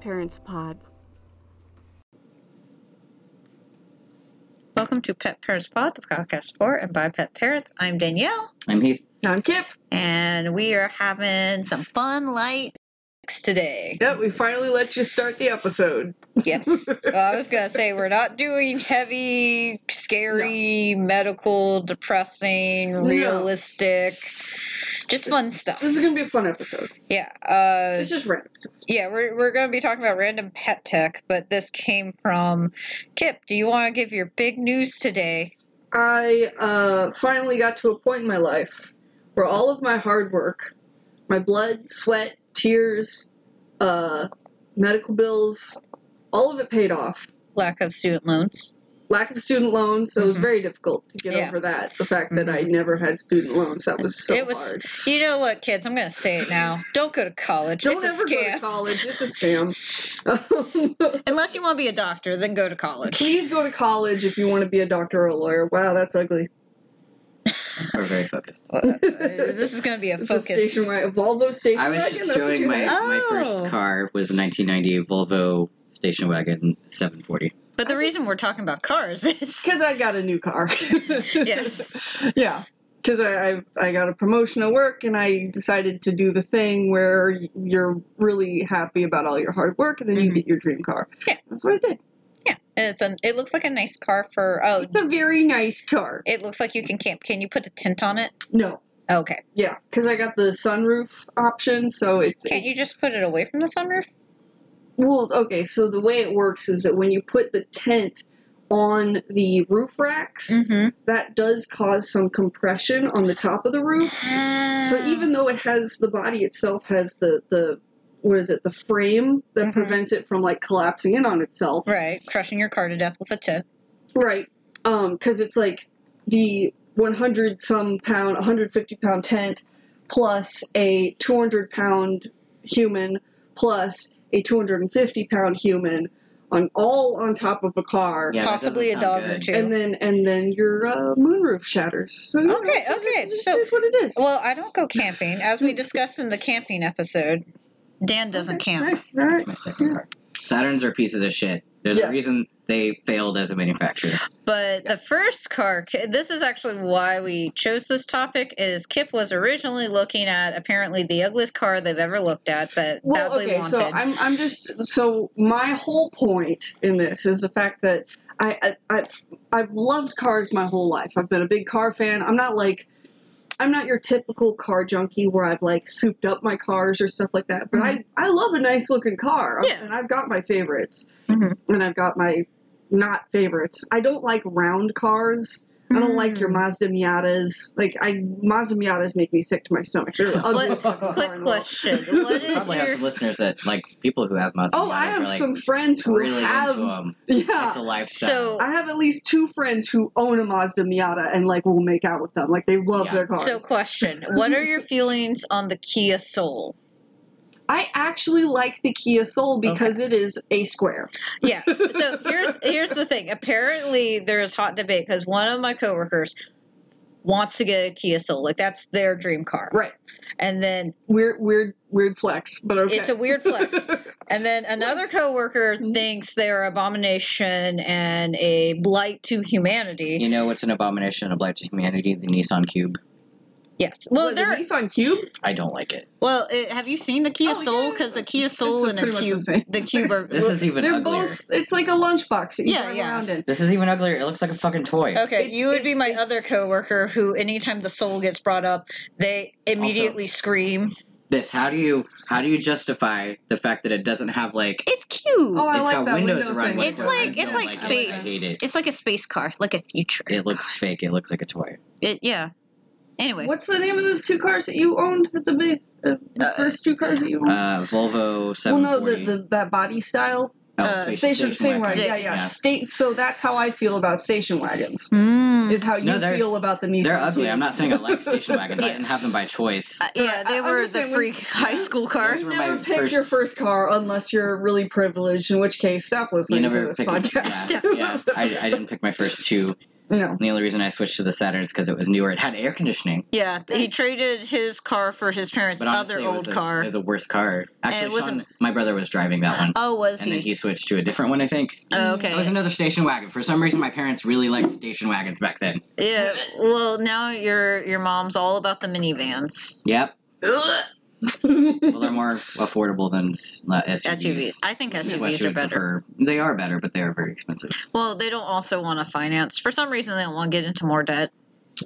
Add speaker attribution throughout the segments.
Speaker 1: Parents Pod.
Speaker 2: Welcome to Pet Parents Pod, the podcast for and by pet parents. I'm Danielle,
Speaker 3: I'm Heath.
Speaker 4: John Kip.
Speaker 2: and we are having some fun light today.
Speaker 4: Yep, we finally let you start the episode.
Speaker 2: Yes. well, I was going to say, we're not doing heavy, scary, medical, depressing, realistic, just fun stuff.
Speaker 4: This is gonna be a fun episode.
Speaker 2: Yeah. Uh,
Speaker 4: It's just random.
Speaker 2: yeah, we're, we're going to be talking about random pet tech, but this came from Kip. Do you want to give your big news today?
Speaker 4: I uh, finally got to a point in my life where all of my hard work, my blood, sweat, tears, uh, medical bills, all of it paid off.
Speaker 2: Lack of student loans.
Speaker 4: Lack of student loans, so it was
Speaker 2: Mhm.
Speaker 4: very difficult to get
Speaker 2: Yeah. Mm-hmm.
Speaker 4: over that. The fact that I never had student loans, that was so
Speaker 2: It was-
Speaker 4: hard.
Speaker 2: You know what, kids? I'm going to say it now. Don't go to college.
Speaker 4: Don't
Speaker 2: it's
Speaker 4: ever
Speaker 2: a
Speaker 4: go to
Speaker 2: scam.
Speaker 4: college. It's a scam.
Speaker 2: Unless you want to be a doctor, then go to college.
Speaker 4: Please go to college if you want to be a doctor or a lawyer. Wow, that's ugly.
Speaker 3: We're very focused.
Speaker 2: Uh, this is going to be a
Speaker 4: It's
Speaker 2: focus.
Speaker 4: A station wagon, Volvo station
Speaker 3: I was
Speaker 4: wagon.
Speaker 3: just
Speaker 4: that's what
Speaker 3: showing
Speaker 4: you
Speaker 3: my
Speaker 4: had.
Speaker 3: my
Speaker 2: Oh.
Speaker 3: first car was a 1998 Volvo station wagon 740.
Speaker 2: But the
Speaker 4: I just-
Speaker 2: reason we're talking about cars is
Speaker 4: Because I got a new car.
Speaker 2: Yes.
Speaker 4: Yeah. Because I, I I got a promotion at work and I decided to do the thing where you're really happy about all your hard work and then you
Speaker 2: Mhm.
Speaker 4: get your dream car.
Speaker 2: Yeah.
Speaker 4: That's what I did.
Speaker 2: it's an. It looks like a nice car for. Oh,
Speaker 4: It's a very nice car.
Speaker 2: it looks like you can camp. Can you put a tint on it?
Speaker 4: No.
Speaker 2: Okay.
Speaker 4: Yeah. Because I got the sunroof option, so it's
Speaker 2: Can't you just put it away from the sunroof?
Speaker 4: Well, okay, so the way it works is that when you put the tent on the roof racks,
Speaker 2: Mm-hmm.
Speaker 4: that does cause some compression on the top of the roof. So
Speaker 2: Ah.
Speaker 4: even though it has the body itself has the the what is it the frame that
Speaker 2: Mhm.
Speaker 4: prevents it from like collapsing in on itself,
Speaker 2: right, crushing your car to death with a tint.
Speaker 4: right? Um, because it's like the 100 some pound, 150 pound tent plus a 200 pound human plus a 250 pound human on all on top of a car.
Speaker 3: Yeah, that
Speaker 2: possibly a
Speaker 3: doesn't
Speaker 2: dog
Speaker 3: sound
Speaker 2: or
Speaker 3: good.
Speaker 2: two.
Speaker 4: And then, and then your uh, moonroof shatters. So you know,
Speaker 2: Okay,
Speaker 4: it's-
Speaker 2: okay,
Speaker 4: it's,
Speaker 2: so-
Speaker 4: it's what it is.
Speaker 2: well, I don't go camping, as we discussed in the camping episode. Dan doesn't
Speaker 4: Okay,
Speaker 2: camp.
Speaker 4: Nice, all
Speaker 3: That's
Speaker 4: right.
Speaker 3: my second car. Saturns are pieces of shit. There's
Speaker 4: Yes.
Speaker 3: a reason they failed as a manufacturer.
Speaker 2: But the first car, this is actually why we chose this topic, is Kip was originally looking at apparently the ugliest car they've ever looked at that
Speaker 4: well,
Speaker 2: badly
Speaker 4: okay,
Speaker 2: wanted.
Speaker 4: so I'm, I'm just so my whole point in this is the fact that I, I I've, I've loved cars my whole life. I've been a big car fan. I'm not like I'm not your typical car junkie where I've like souped up my cars or stuff like that. But I I love a nice looking car,
Speaker 2: Mm-hmm. Yeah.
Speaker 4: and I've got my favorites,
Speaker 2: Mhm.
Speaker 4: and I've got my not favorites. I don't like round cars. I don't like your
Speaker 2: Mm.
Speaker 4: Mazda Miatas. Like I Mazda Miatas make me sick to my stomach. They're the ugliest
Speaker 3: What-
Speaker 4: fucking car
Speaker 2: Hmm. Quick
Speaker 4: in the world.
Speaker 2: question. What is
Speaker 3: Probably have
Speaker 2: your
Speaker 3: some listeners that like people who have Mazda.
Speaker 4: Oh, I
Speaker 3: Miatas
Speaker 4: have
Speaker 3: are, like,
Speaker 4: some friends who
Speaker 3: really
Speaker 4: have.
Speaker 3: into them.
Speaker 4: Yeah.
Speaker 3: It's a lifestyle.
Speaker 2: So-
Speaker 4: I have at least two friends who own a Mazda Miata and like will make out with them. Like they love
Speaker 3: Yeah.
Speaker 4: their cars.
Speaker 2: so question? What are your feelings on the Kia Soul?
Speaker 4: I actually like the Kia Soul because it is a square.
Speaker 2: Yeah. So here's here's the thing. Apparently, there's hot debate because one of my coworkers wants to get a Kia Soul. Like that's their dream car.
Speaker 4: Right.
Speaker 2: And then
Speaker 4: Weird, weird, weird flex, but okay. Mm-hmm.
Speaker 2: It's a weird flex. and then another coworker thinks they're abomination and a blight to humanity.
Speaker 3: you know what's an abomination and a blight to humanity? The Nissan Cube.
Speaker 2: Yes.
Speaker 4: well,
Speaker 2: Well,
Speaker 4: the
Speaker 2: there.
Speaker 4: Nissan Cube.
Speaker 3: I don't like it.
Speaker 2: Well, it, have you seen the Kia
Speaker 4: Oh,
Speaker 2: Soul?
Speaker 4: yeah.
Speaker 2: Because the Kia Soul and the
Speaker 4: pretty much
Speaker 2: cube,
Speaker 4: the same.
Speaker 2: the cube are.
Speaker 3: This is even
Speaker 4: They're
Speaker 3: uglier.
Speaker 4: both. It's like a lunchbox that you
Speaker 2: Yeah,
Speaker 4: drive
Speaker 2: yeah.
Speaker 4: around in.
Speaker 3: This is even uglier. It looks like a fucking toy.
Speaker 2: Okay,
Speaker 4: It's-
Speaker 2: you would be
Speaker 4: it's-
Speaker 2: my
Speaker 4: it's-
Speaker 2: other coworker who, anytime the soul gets brought up, they immediately scream.
Speaker 3: This. How do you how do you justify the fact that it doesn't have like
Speaker 2: It's cute.
Speaker 4: Oh, I
Speaker 3: It's
Speaker 4: like
Speaker 3: got
Speaker 4: that
Speaker 3: windows
Speaker 4: window
Speaker 3: around
Speaker 4: thing.
Speaker 3: it.
Speaker 2: it's like
Speaker 3: I
Speaker 2: it's
Speaker 3: don't
Speaker 2: like
Speaker 3: like it. I
Speaker 2: space.
Speaker 3: hate it.
Speaker 2: It's like a space car, like a future.
Speaker 3: it looks fake. It looks like a toy.
Speaker 2: It, yeah. Anyway,
Speaker 4: What's the name of the two cars that you owned? At the big, uh, the
Speaker 2: Uh,
Speaker 4: first two cars that you owned.
Speaker 3: Uh, Volvo
Speaker 4: well,
Speaker 3: seven
Speaker 4: no,
Speaker 3: forty.
Speaker 4: the, uh, the that body style.
Speaker 2: uh,
Speaker 4: Station, station wagon. Yeah, yeah.
Speaker 3: Yeah.
Speaker 4: State. So that's how I feel about station wagons.
Speaker 2: Mm.
Speaker 4: Is how you
Speaker 3: No, they're-
Speaker 4: feel about the Nissan.
Speaker 3: They're ugly.
Speaker 4: Cube.
Speaker 3: I'm not saying I like station wagons. I
Speaker 2: Yeah.
Speaker 3: didn't have them by choice.
Speaker 2: Uh, yeah,
Speaker 4: I-
Speaker 2: they
Speaker 4: I
Speaker 2: were the
Speaker 4: understand when-
Speaker 2: freak high school car.
Speaker 3: Those were
Speaker 4: never
Speaker 3: my
Speaker 4: pick
Speaker 3: first-
Speaker 4: your first car unless you're really privileged, in which case stop
Speaker 3: you
Speaker 4: listening to
Speaker 3: never
Speaker 4: this
Speaker 3: pick.
Speaker 4: podcast.
Speaker 3: Yeah, yeah. I, I didn't pick my first two
Speaker 4: No.
Speaker 3: And the only reason I switched to the Saturn is because it was newer. It had air conditioning.
Speaker 2: Yeah, he traded his car for his parents'
Speaker 3: But honestly,
Speaker 2: other
Speaker 3: it was
Speaker 2: old
Speaker 3: a,
Speaker 2: car.
Speaker 3: It was a worse car. Actually,
Speaker 2: it wasn't-
Speaker 3: Sean- my brother was driving that one.
Speaker 2: oh, was
Speaker 3: and
Speaker 2: he?
Speaker 3: then he switched to a different one, I think.
Speaker 2: Oh, okay.
Speaker 3: It was another station wagon. For some reason, my parents really liked station wagons back then.
Speaker 2: yeah. Well, now your your mom's all about the minivans.
Speaker 3: Yep. Well, they're more affordable than s- uh,
Speaker 2: SUVs.
Speaker 3: SUVs.
Speaker 2: I think
Speaker 3: Unless you
Speaker 2: SUVs are
Speaker 3: would
Speaker 2: better.
Speaker 3: prefer- They are better, but they are very expensive.
Speaker 2: Well, they don't also want to finance. For some reason, they don't want to get into more debt.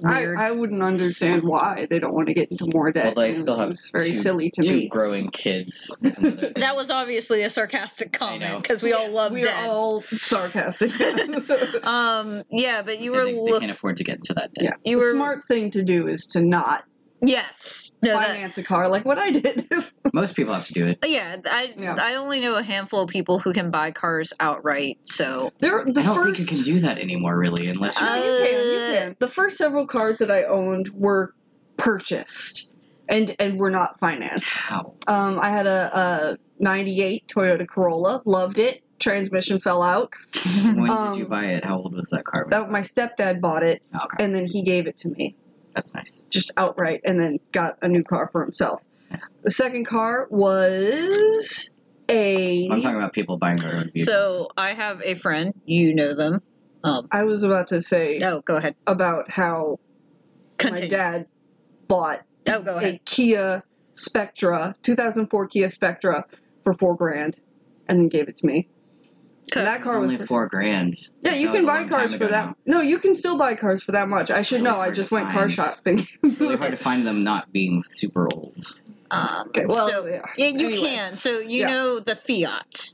Speaker 4: I,
Speaker 2: Weird.
Speaker 4: I wouldn't understand why they don't want to get into more debt.
Speaker 3: Well, they
Speaker 4: It
Speaker 3: still have
Speaker 4: seems very
Speaker 3: two-
Speaker 4: silly to
Speaker 3: Two
Speaker 4: me.
Speaker 3: growing kids. is another thing.
Speaker 2: that was obviously a sarcastic
Speaker 3: know.
Speaker 2: comment because we all love
Speaker 4: We're
Speaker 2: debt.
Speaker 4: all sarcastic. the
Speaker 2: um. Yeah, but you
Speaker 3: So
Speaker 2: were
Speaker 3: they, they
Speaker 2: look.
Speaker 3: can't afford to get into that debt.
Speaker 4: Yeah.
Speaker 2: You were
Speaker 4: smart thing to do is to not
Speaker 2: Yes. No. that-
Speaker 4: finance a car like what I did.
Speaker 3: Most people have to do it.
Speaker 2: yeah. I
Speaker 4: Yeah.
Speaker 2: I only know a handful of people who can buy cars outright. So.
Speaker 4: They're the
Speaker 3: I don't think
Speaker 4: first
Speaker 3: you can do that anymore, really, unless you
Speaker 2: Uh,
Speaker 4: Yeah, you can, you can. Uh, The first several cars that I owned were purchased and and were not financed.
Speaker 3: how.
Speaker 4: Um, I had a, a 98 Toyota Corolla, loved it. Transmission fell out.
Speaker 3: When did you
Speaker 4: Um,
Speaker 3: buy it? How old was that car?
Speaker 4: That, my stepdad bought it
Speaker 3: Oh, okay,
Speaker 4: and then he gave it to me
Speaker 3: that's nice.
Speaker 4: just outright and then got a new car for himself.
Speaker 3: Nice.
Speaker 4: The second car was a.
Speaker 3: I'm talking about people buying their own vehicles.
Speaker 2: So I have a friend. You know them. Um.
Speaker 4: I was about to say
Speaker 2: Oh, go ahead.
Speaker 4: about how my
Speaker 2: Continue.
Speaker 4: dad bought
Speaker 2: Oh, go ahead.
Speaker 4: a Kia Spectra, 2004 Kia Spectra, for four grand, and then gave it to me.
Speaker 2: Okay.
Speaker 4: And that
Speaker 3: It
Speaker 4: car
Speaker 3: was
Speaker 4: was
Speaker 3: only four grand.
Speaker 4: yeah. You
Speaker 3: That was
Speaker 4: can
Speaker 3: a
Speaker 4: buy
Speaker 3: long time
Speaker 4: cars for
Speaker 3: ago
Speaker 4: that.
Speaker 3: now.
Speaker 4: No, you can still buy cars for that much. I
Speaker 3: It's
Speaker 4: should
Speaker 3: really
Speaker 4: know. I
Speaker 3: hard
Speaker 4: just
Speaker 3: to
Speaker 4: went car
Speaker 3: find.
Speaker 4: shopping.
Speaker 3: It's really hard to find them not being super old.
Speaker 2: Um,
Speaker 4: okay, well,
Speaker 2: so
Speaker 4: yeah.
Speaker 2: Yeah, you
Speaker 4: Anyway.
Speaker 2: can. So you
Speaker 4: Yeah.
Speaker 2: know the Fiat.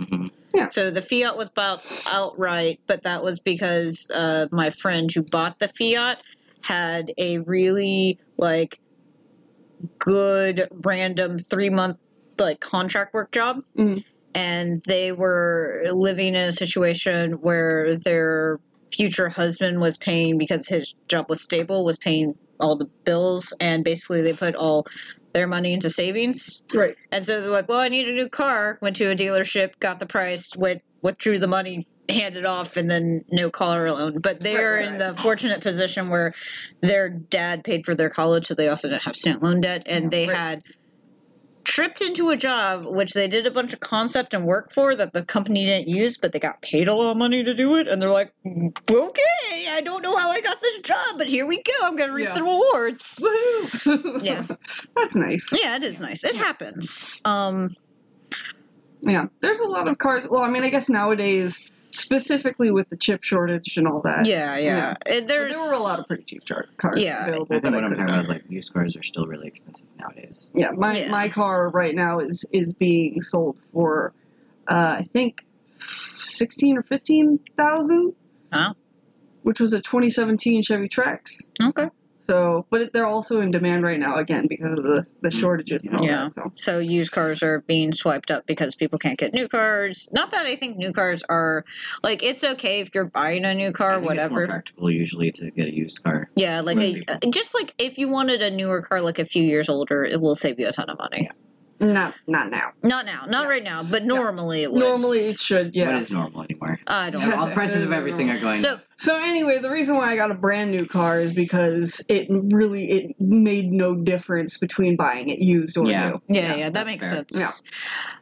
Speaker 3: hmm
Speaker 2: So the Fiat was bought outright, but that was because uh, my friend who bought the Fiat had a really like good random three month like contract work job.
Speaker 4: Mhm.
Speaker 2: And they were living in a situation where their future husband was paying because his job was stable, was paying all the bills, and basically they put all their money into savings.
Speaker 4: Right.
Speaker 2: And so they're like, "Well, I need a new car." Went to a dealership, got the price, went withdrew the money, handed off, and then no car loan. But they
Speaker 4: Right,
Speaker 2: are
Speaker 4: right,
Speaker 2: in the fortunate position where their dad paid for their college, so they also didn't have student loan debt, and they
Speaker 4: Right.
Speaker 2: had tripped into a job which they did a bunch of concept and work for that the company didn't use but they got paid a lot of money to do it and they're like okay i don't know how i got this job but here we go i'm gonna reap
Speaker 4: Yeah.
Speaker 2: the rewards
Speaker 4: Woohoo!
Speaker 2: Yeah.
Speaker 4: that's nice.
Speaker 2: yeah it is nice it happens um
Speaker 4: Yeah, there's a lot of cars. Well, I mean, I guess nowadays, specifically with the chip shortage and all that.
Speaker 2: Yeah, yeah. It-
Speaker 4: but
Speaker 2: There's
Speaker 4: there were a lot of pretty cheap char- cars
Speaker 2: Yeah.
Speaker 4: available.
Speaker 3: I think
Speaker 4: that
Speaker 3: what I'm
Speaker 4: could've
Speaker 3: talking about is like used cars are still really expensive nowadays.
Speaker 4: Yeah, my
Speaker 2: Yeah.
Speaker 4: my car right now is is being sold for, uh, I think, sixteen or fifteen thousand.
Speaker 2: Wow.
Speaker 4: Which was a 2017 Chevy Trax.
Speaker 2: okay.
Speaker 4: So, but it, they're also in demand right now again because of the the
Speaker 3: Mm.
Speaker 4: shortages. And all
Speaker 2: Yeah.
Speaker 4: That, so.
Speaker 2: So used cars are being swiped up because people can't get new cars. Not that I think new cars are like it's okay if you're buying a new
Speaker 3: I
Speaker 2: car,
Speaker 3: think It's more
Speaker 2: whatever.
Speaker 3: practical usually to get a used car.
Speaker 2: Yeah, like
Speaker 3: Most
Speaker 2: a,
Speaker 3: people.
Speaker 2: just like if you wanted a newer car, like a few years older, it will save you a ton of money.
Speaker 4: Not not now.
Speaker 2: Not now, not
Speaker 4: Yeah.
Speaker 2: right now, but normally it would.
Speaker 4: Normally it should. Yeah.
Speaker 3: What is normal anymore?
Speaker 2: I don't.
Speaker 4: Yeah.
Speaker 2: know.
Speaker 3: All prices of everything are going.
Speaker 2: So
Speaker 4: So anyway, the reason why I got a brand new car is because it really it made no difference between buying it used or
Speaker 3: Yeah.
Speaker 4: new.
Speaker 2: yeah, yeah, that
Speaker 3: that's
Speaker 2: makes
Speaker 3: fair.
Speaker 2: sense.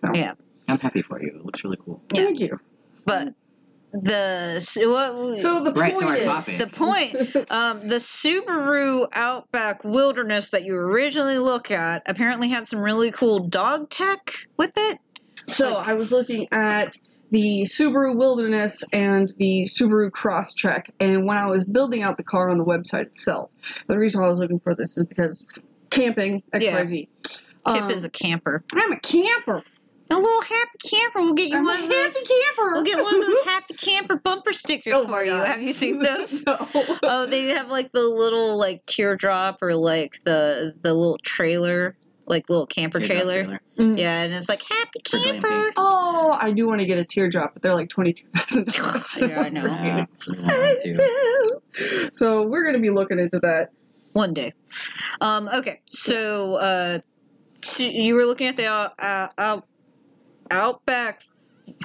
Speaker 3: I'm happy for you. It looks really cool.
Speaker 2: Yeah.
Speaker 4: Thank you.
Speaker 2: But the so what,
Speaker 4: So the
Speaker 3: Right, so
Speaker 4: point
Speaker 3: our
Speaker 4: is,
Speaker 3: topic-
Speaker 2: the point um, the Subaru Outback Wilderness that you originally look at apparently had some really cool dog tech with it.
Speaker 4: so I was looking at the Subaru Wilderness and the Subaru Crosstrek, and when I was building out the car on the website itself, the reason why I was looking for this is because camping X
Speaker 2: Yeah.
Speaker 4: Y Z.
Speaker 2: Kip
Speaker 4: Um,
Speaker 2: is a camper.
Speaker 4: I'm a camper.
Speaker 2: A little happy camper. We'll get you
Speaker 4: I'm a
Speaker 2: one
Speaker 4: happy
Speaker 2: of those.
Speaker 4: camper.
Speaker 2: We'll get one of those happy camper bumper stickers
Speaker 4: Oh my
Speaker 2: for you.
Speaker 4: God.
Speaker 2: Have you seen those?
Speaker 4: no.
Speaker 2: oh, they have like the little like teardrop or like the the little trailer, like little camper
Speaker 3: Teardrop
Speaker 2: trailer.
Speaker 4: Mm.
Speaker 2: Yeah, and it's like happy
Speaker 3: For glamping.
Speaker 2: camper.
Speaker 4: Oh, I do want to get a teardrop, but they're like twenty two thousand dollars.
Speaker 2: Yeah, I know.
Speaker 3: Yeah, I want to.
Speaker 4: So we're gonna be looking into that.
Speaker 2: One day. Um, okay, so uh, so you were looking at the out, out, out, Outback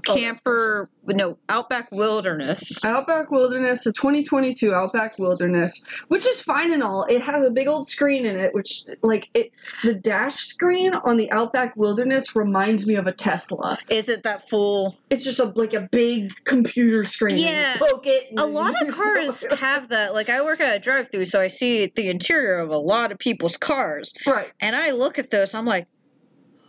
Speaker 2: camper, no, Outback Wilderness.
Speaker 4: Outback Wilderness, the 2022 Outback Wilderness, which is fine and all. It has a big old screen in it, which like it the dash screen on the Outback Wilderness reminds me of a Tesla.
Speaker 2: Is it that full?
Speaker 4: It's just a like a big computer screen.
Speaker 2: Yeah.
Speaker 4: and you poke it. and
Speaker 2: A
Speaker 4: then
Speaker 2: lot
Speaker 4: you-
Speaker 2: of cars have that. Like, I work at a drive through, so I see the interior of a lot of people's cars.
Speaker 4: right.
Speaker 2: And I look at those, I'm like,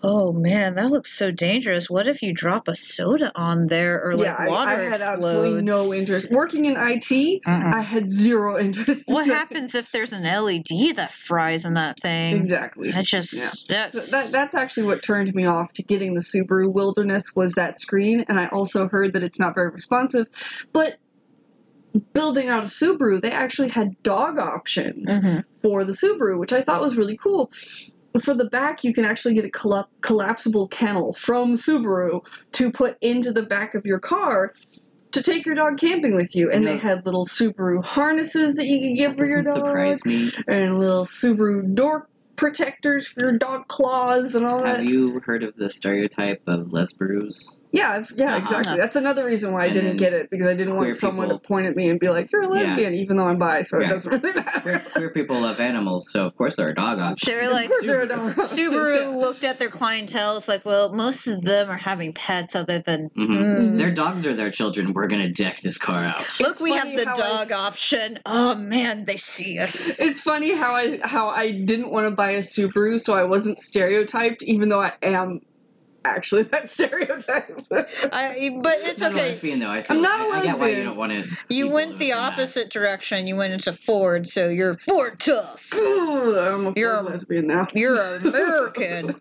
Speaker 2: oh man, that looks so dangerous. What if you drop a soda on there or like
Speaker 4: yeah, I-
Speaker 2: water
Speaker 4: I, had absolutely
Speaker 2: explodes?
Speaker 4: no interest working in IT.
Speaker 2: Uh-uh.
Speaker 4: I had zero interest. in
Speaker 2: what
Speaker 4: that.
Speaker 2: happens if there's an LED that fries in that thing?
Speaker 4: Exactly.
Speaker 2: That just
Speaker 4: Yeah. So
Speaker 2: that's
Speaker 4: that, that's actually what turned me off to getting the Subaru Wilderness was that screen, and I also heard that it's not very responsive. But building out a Subaru, they actually had dog options
Speaker 3: Mm-hmm.
Speaker 2: Mhm.
Speaker 4: for the Subaru, which I thought was really cool. For the back, you can actually get a colla- collapsible kennel from Subaru to put into the back of your car to take your dog camping with you. And they
Speaker 3: Yeah.
Speaker 4: had little Subaru harnesses that you could give
Speaker 3: That
Speaker 4: for your
Speaker 3: doesn't
Speaker 4: dog
Speaker 3: surprise me.
Speaker 4: and little Subaru door protectors for your dog claws and all that.
Speaker 3: Have you heard of the stereotype of lesbros?
Speaker 4: yeah, I've- yeah,
Speaker 3: Uh-huh.
Speaker 4: exactly. That's another reason why I
Speaker 3: And
Speaker 4: didn't
Speaker 3: then
Speaker 4: get it because I didn't want
Speaker 3: queer
Speaker 4: someone
Speaker 3: people.
Speaker 4: to point at me and be like, "You're a
Speaker 3: Yeah.
Speaker 4: lesbian," even though I'm bi, so it
Speaker 3: Right.
Speaker 4: doesn't really matter.
Speaker 3: Queer, queer people love animals, so of course there are dog options.
Speaker 2: they're like
Speaker 4: Of course they're a dog.
Speaker 2: Subaru
Speaker 4: Yeah.
Speaker 2: looked at their clientele. It's like, well, most of them are having pets other than.
Speaker 3: Mhm.
Speaker 4: Mm-hmm. Mm.
Speaker 2: Hmm.
Speaker 3: Their dogs are their children. We're gonna deck this car out.
Speaker 2: Look, we have
Speaker 4: funny
Speaker 2: the
Speaker 4: how I-
Speaker 2: dog option. Oh man, they see us.
Speaker 4: It's funny how I how I didn't want to buy a Subaru, so I wasn't stereotyped, even though I am actually that stereotype.
Speaker 2: I, but it's
Speaker 3: Not a
Speaker 2: okay.
Speaker 3: lesbian though. I feel
Speaker 4: I'm
Speaker 3: like-
Speaker 4: not a
Speaker 3: I, I get why you
Speaker 4: lesbian.
Speaker 3: don't want to.
Speaker 2: You went the opposite direction. You went into Ford, so you're Ford tough.
Speaker 4: I'm a
Speaker 2: You're
Speaker 4: full
Speaker 2: a-
Speaker 4: lesbian now.
Speaker 2: You're American.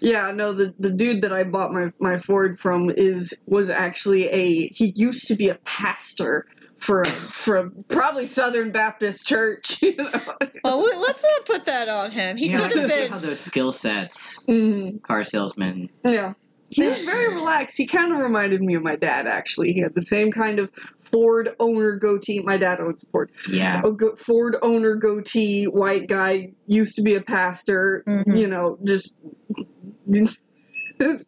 Speaker 4: yeah, no, the the dude that I bought my my Ford from is was actually a he used to be a pastor for a, for a, probably Southern Baptist Church. You know?
Speaker 2: well, we- Oh, let's not put that on him. He
Speaker 3: You know, I
Speaker 2: could
Speaker 3: can
Speaker 2: have
Speaker 3: see how
Speaker 2: been.
Speaker 3: those skill sets,
Speaker 2: Mm-hmm.
Speaker 4: Mhm,
Speaker 3: car salesman.
Speaker 4: Yeah. He was very relaxed. He kind of reminded me of my dad, actually. He had the same kind of Ford owner goatee. My dad owns a Ford.
Speaker 3: Yeah.
Speaker 4: A go- Ford owner goatee, white guy, used to be a pastor,
Speaker 2: Mhm.
Speaker 4: you know, just. It's,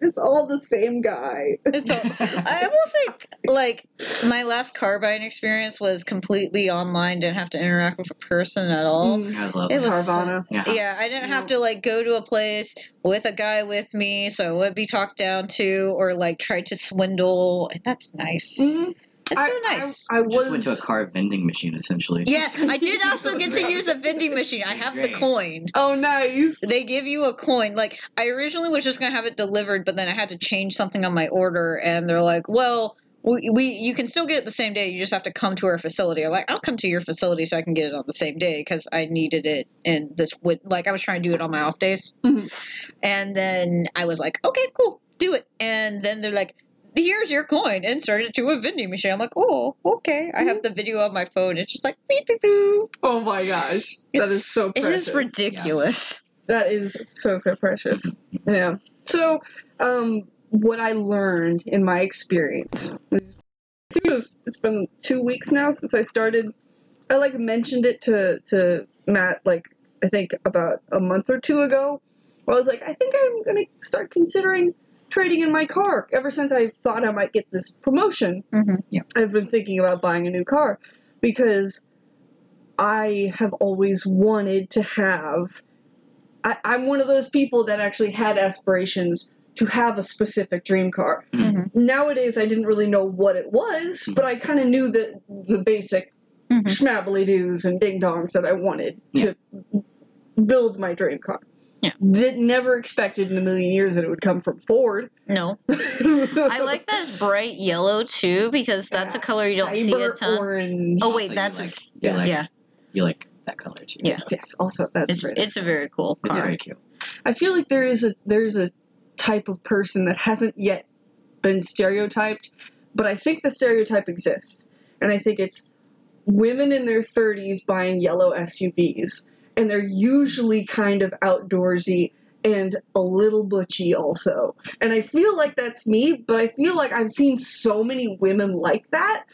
Speaker 4: it's all the same guy.
Speaker 2: It's all, I will say, like, my last car buying experience was completely online, didn't have to interact with a person at all.
Speaker 4: Mm.
Speaker 3: That was lovely.
Speaker 2: It was-
Speaker 4: Carvana.
Speaker 3: yeah.
Speaker 2: Yeah, I didn't have to, like, go to a place with a guy with me, so I would be talked down to or, like, tried to swindle. And that's nice.
Speaker 4: Mhm.
Speaker 2: That's so nice.
Speaker 4: I, I
Speaker 3: We
Speaker 4: was
Speaker 3: Just went to a car vending machine essentially.
Speaker 2: yeah, I did also get to
Speaker 3: Great.
Speaker 2: use a vending machine. I have the
Speaker 3: Great.
Speaker 2: coin.
Speaker 4: Oh, nice.
Speaker 2: They give you a coin. Like I originally was just gonna have it delivered, but then I had to change something on my order, and they're like, "Well, we, we you can still get it the same day. You just have to come to our facility." I'm like, "I'll come to your facility so I can get it on the same day because I needed it." And this would like I was trying to do it on my off days,
Speaker 4: Mhm.
Speaker 2: and then I was like, "Okay, cool, do it." And then they're like. Here's your coin. Insert it to a vending machine. I'm like, oh, okay. I
Speaker 4: Mm-hmm.
Speaker 2: have the video on my phone. It's just like, beep, beep, beep.
Speaker 4: Oh my gosh, that is
Speaker 2: It's-
Speaker 4: so
Speaker 2: It
Speaker 4: precious.
Speaker 2: is ridiculous.
Speaker 4: that is so so precious. Yeah. So, um, what I learned in my experience, is, I think it was, it's been two weeks now since I started. I like mentioned it to to Matt like I think about a month or two ago. I was like, I think I'm gonna start considering trading in my car. Ever since I thought I might get this promotion,
Speaker 2: Mhm.
Speaker 3: Yeah.
Speaker 4: I've been thinking about buying a new car because I have always wanted to have. I, I'm one of those people that actually had aspirations to have a specific dream car.
Speaker 2: Mhm.
Speaker 4: Nowadays, I didn't really know what it was, but I kind of knew the the basic
Speaker 2: Mhm.
Speaker 4: schmabbly doos and ding dongs that I wanted to build my dream car.
Speaker 2: Yeah.
Speaker 4: Did never expected in a million years that it would come from Ford.
Speaker 2: No. I like that it's bright yellow too because that's a color you don't see a
Speaker 4: Cyber
Speaker 2: ton.
Speaker 4: Orange.
Speaker 2: Oh wait,
Speaker 3: So you
Speaker 2: that's a
Speaker 3: like-
Speaker 2: s-
Speaker 3: you like-
Speaker 2: yeah.
Speaker 3: You like that color too.
Speaker 2: Yeah.
Speaker 4: Yes, also that's
Speaker 2: It's
Speaker 4: right.
Speaker 2: it's a very cool
Speaker 3: It's
Speaker 2: car.
Speaker 3: very cute.
Speaker 4: I feel like there is a there's a type of person that hasn't yet been stereotyped, but I think the stereotype exists, and I think it's women in their 30s buying yellow SUVs, and they're usually kind of outdoorsy and a little butchy also. And I feel like that's me, but I feel like I've seen so many women like that,